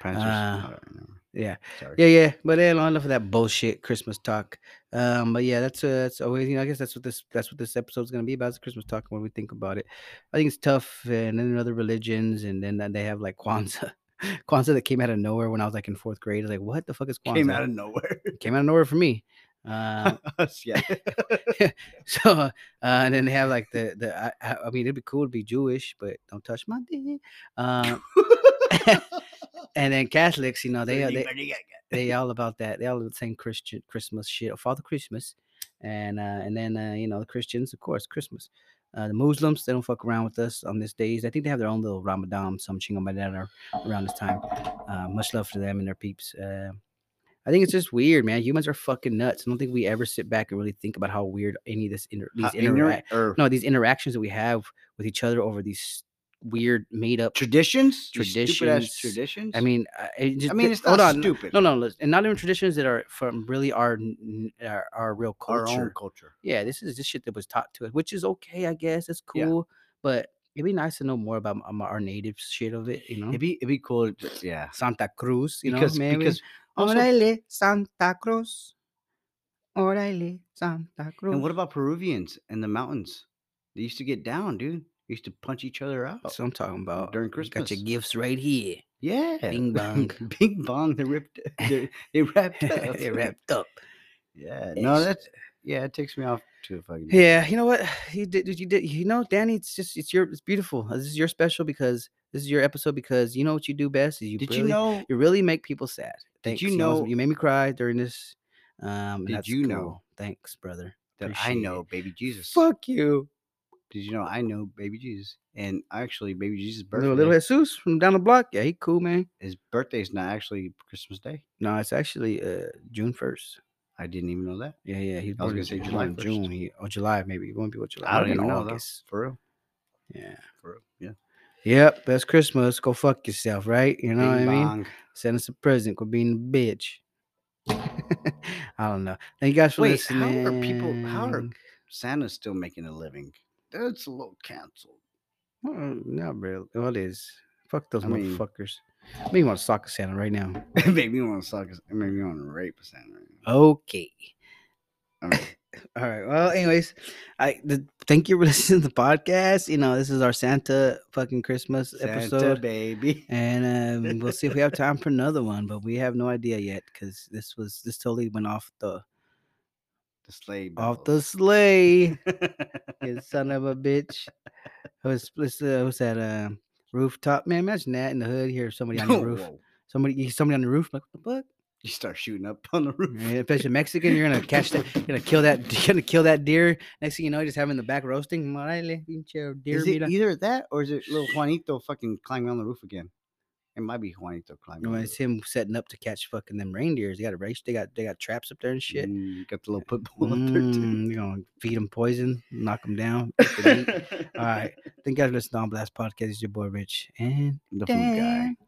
Speaker 2: Prancer's.
Speaker 1: Uh,
Speaker 2: all right, never mind.
Speaker 1: yeah.
Speaker 2: Sorry.
Speaker 1: Yeah, yeah, but eh, enough of that bullshit Christmas talk. Um, but yeah, that's uh, that's always you know I guess that's what this that's what this episode's gonna be about is Christmas talk when we think about it. I think it's tough, and then other religions, and then uh, they have like Kwanzaa, *laughs* Kwanzaa that came out of nowhere when I was like in fourth grade. Like, what the fuck is Kwanzaa?
Speaker 2: Came out of *laughs* nowhere.
Speaker 1: came out of nowhere for
Speaker 2: *laughs*
Speaker 1: me. Um,
Speaker 2: Us, *laughs* yeah.
Speaker 1: *laughs* So, uh, and then they have like the the. I, I I mean, it'd be cool to be Jewish, but don't touch my dick. Um, *laughs* and then Catholics, you know, they
Speaker 2: uh, *laughs*
Speaker 1: they they all about that. They all the same Christian Christmas shit, Father Christmas, and uh, and then uh, you know the Christians, of course, Christmas. Uh, the Muslims, they don't fuck around with us on these days. I think they have their own little Ramadan, some Chingamadana around this time. Uh, much love to them and their peeps. Uh, I think it's just weird, man. Humans are fucking nuts. I don't think we ever sit back and really think about how weird any of this inter- these
Speaker 2: How
Speaker 1: interact
Speaker 2: ignorant e, or
Speaker 1: no these interactions that we have with each other over these weird made up.
Speaker 2: traditions? These
Speaker 1: Traditions.
Speaker 2: Stupid-ass traditions.
Speaker 1: I mean, I, it just,
Speaker 2: I mean,
Speaker 1: th-
Speaker 2: it's not
Speaker 1: hold on.
Speaker 2: stupid.
Speaker 1: No, no, let's- and not even traditions that are from really our n- n- our, our real
Speaker 2: Our
Speaker 1: culture.
Speaker 2: own culture.
Speaker 1: yeah, this is just shit that was taught to us, which is okay, I guess. It's
Speaker 2: Yeah.
Speaker 1: cool, but it'd be nice to know more about um, our native shit of it. You know,
Speaker 2: It'd be it'd be cool. to- Yeah.
Speaker 1: Santa Cruz. You
Speaker 2: because
Speaker 1: know, maybe.
Speaker 2: because also-
Speaker 1: Orale, Santa Cruz. Orale, Santa Cruz.
Speaker 2: and what about Peruvians in the mountains? They used to get down, dude. They used to punch each other out.
Speaker 1: That's what I'm talking about.
Speaker 2: during
Speaker 1: got
Speaker 2: Christmas.
Speaker 1: your gifts right
Speaker 2: *laughs*
Speaker 1: here.
Speaker 2: yeah.
Speaker 1: Bing bong.
Speaker 2: *laughs* Bing bong. They *laughs* ripped.
Speaker 1: *laughs*
Speaker 2: They, they wrapped up. *laughs*
Speaker 1: they wrapped up.
Speaker 2: Yeah.
Speaker 1: It's-
Speaker 2: No, that's yeah. It takes me off to a fucking
Speaker 1: Yeah, you know what? *sighs* You did. You did. You know, Danny, it's just it's your it's beautiful. This is your special because this is your episode because you know what you do best is you.
Speaker 2: Did
Speaker 1: really,
Speaker 2: you know?
Speaker 1: you really make people sad? Thanks.
Speaker 2: you
Speaker 1: That was-
Speaker 2: know-
Speaker 1: you made me cry during this? Um, and
Speaker 2: Did
Speaker 1: that's
Speaker 2: you
Speaker 1: cool.
Speaker 2: know
Speaker 1: Thanks, brother.
Speaker 2: that I
Speaker 1: Appreciate
Speaker 2: know
Speaker 1: it.
Speaker 2: baby Jesus.
Speaker 1: Fuck you,
Speaker 2: Did you know I know baby Jesus? And actually, baby Jesus' birthday.
Speaker 1: little, little Jesus from down the block. Yeah, he cool, man.
Speaker 2: his birthday is not actually Christmas Day.
Speaker 1: No, it's actually uh June first.
Speaker 2: I didn't even know that.
Speaker 1: Yeah, yeah. He
Speaker 2: I was
Speaker 1: born
Speaker 2: gonna
Speaker 1: in-
Speaker 2: say
Speaker 1: he was
Speaker 2: July
Speaker 1: born in
Speaker 2: 1st.
Speaker 1: June. He, or July maybe. It won't be what July.
Speaker 2: I don't even know though.
Speaker 1: August.
Speaker 2: For real.
Speaker 1: Yeah.
Speaker 2: For real. Yeah.
Speaker 1: Yep, that's Christmas. Go fuck yourself, right? You know
Speaker 2: Bing
Speaker 1: what I mean?
Speaker 2: bong.
Speaker 1: Send us a present for being a bitch. *laughs* I don't know. Thank you guys for
Speaker 2: Wait, how
Speaker 1: listening.
Speaker 2: are people- how are- Santa's still making a living. That's a little canceled. *laughs*
Speaker 1: Mm, Not really. Well, it is. Fuck those
Speaker 2: I mean-
Speaker 1: motherfuckers. I mean, you want to sock a Santa right now.
Speaker 2: It made me want to suck. His, it made me want to rape a Santa. Right now.
Speaker 1: Okay.
Speaker 2: All
Speaker 1: *laughs*
Speaker 2: right.
Speaker 1: All right. Well, anyways, I th- thank you for *laughs* listening to the podcast. You know, this is our Santa fucking Christmas
Speaker 2: Santa
Speaker 1: episode.
Speaker 2: baby.
Speaker 1: and
Speaker 2: *laughs*
Speaker 1: um, we'll see if we have time for another one. But we have no idea yet because this was this totally went off the
Speaker 2: The sleigh.
Speaker 1: off the
Speaker 2: bells. *laughs*
Speaker 1: sleigh. you son of a bitch. I was what's, uh, what's that uh, rooftop man? Imagine that in the hood. Hear somebody on the roof.
Speaker 2: Whoa.
Speaker 1: Somebody, you- somebody on the roof. Like what the fuck?
Speaker 2: You start shooting up on the roof.
Speaker 1: Yeah, if it's a Mexican, you're gonna catch that. You're gonna kill that. *laughs* You're gonna kill that deer. Next thing you know, you just have him in the back roasting. Morale, pinche deer
Speaker 2: Is it
Speaker 1: mira.
Speaker 2: either that or is it little Juanito fucking climbing on the roof again? It might be Juanito climbing.
Speaker 1: No,
Speaker 2: on the
Speaker 1: it's
Speaker 2: roof.
Speaker 1: him setting up to catch fucking them reindeers. They got a race. They got they got traps up there and shit.
Speaker 2: Mm, got the little pit bull up there too. *laughs*
Speaker 1: Mm, you're gonna feed them poison, knock them down. All right. Thank you guys for listening to On Blast Podcast. It's your boy Rich and
Speaker 2: The food guy.
Speaker 1: Dan.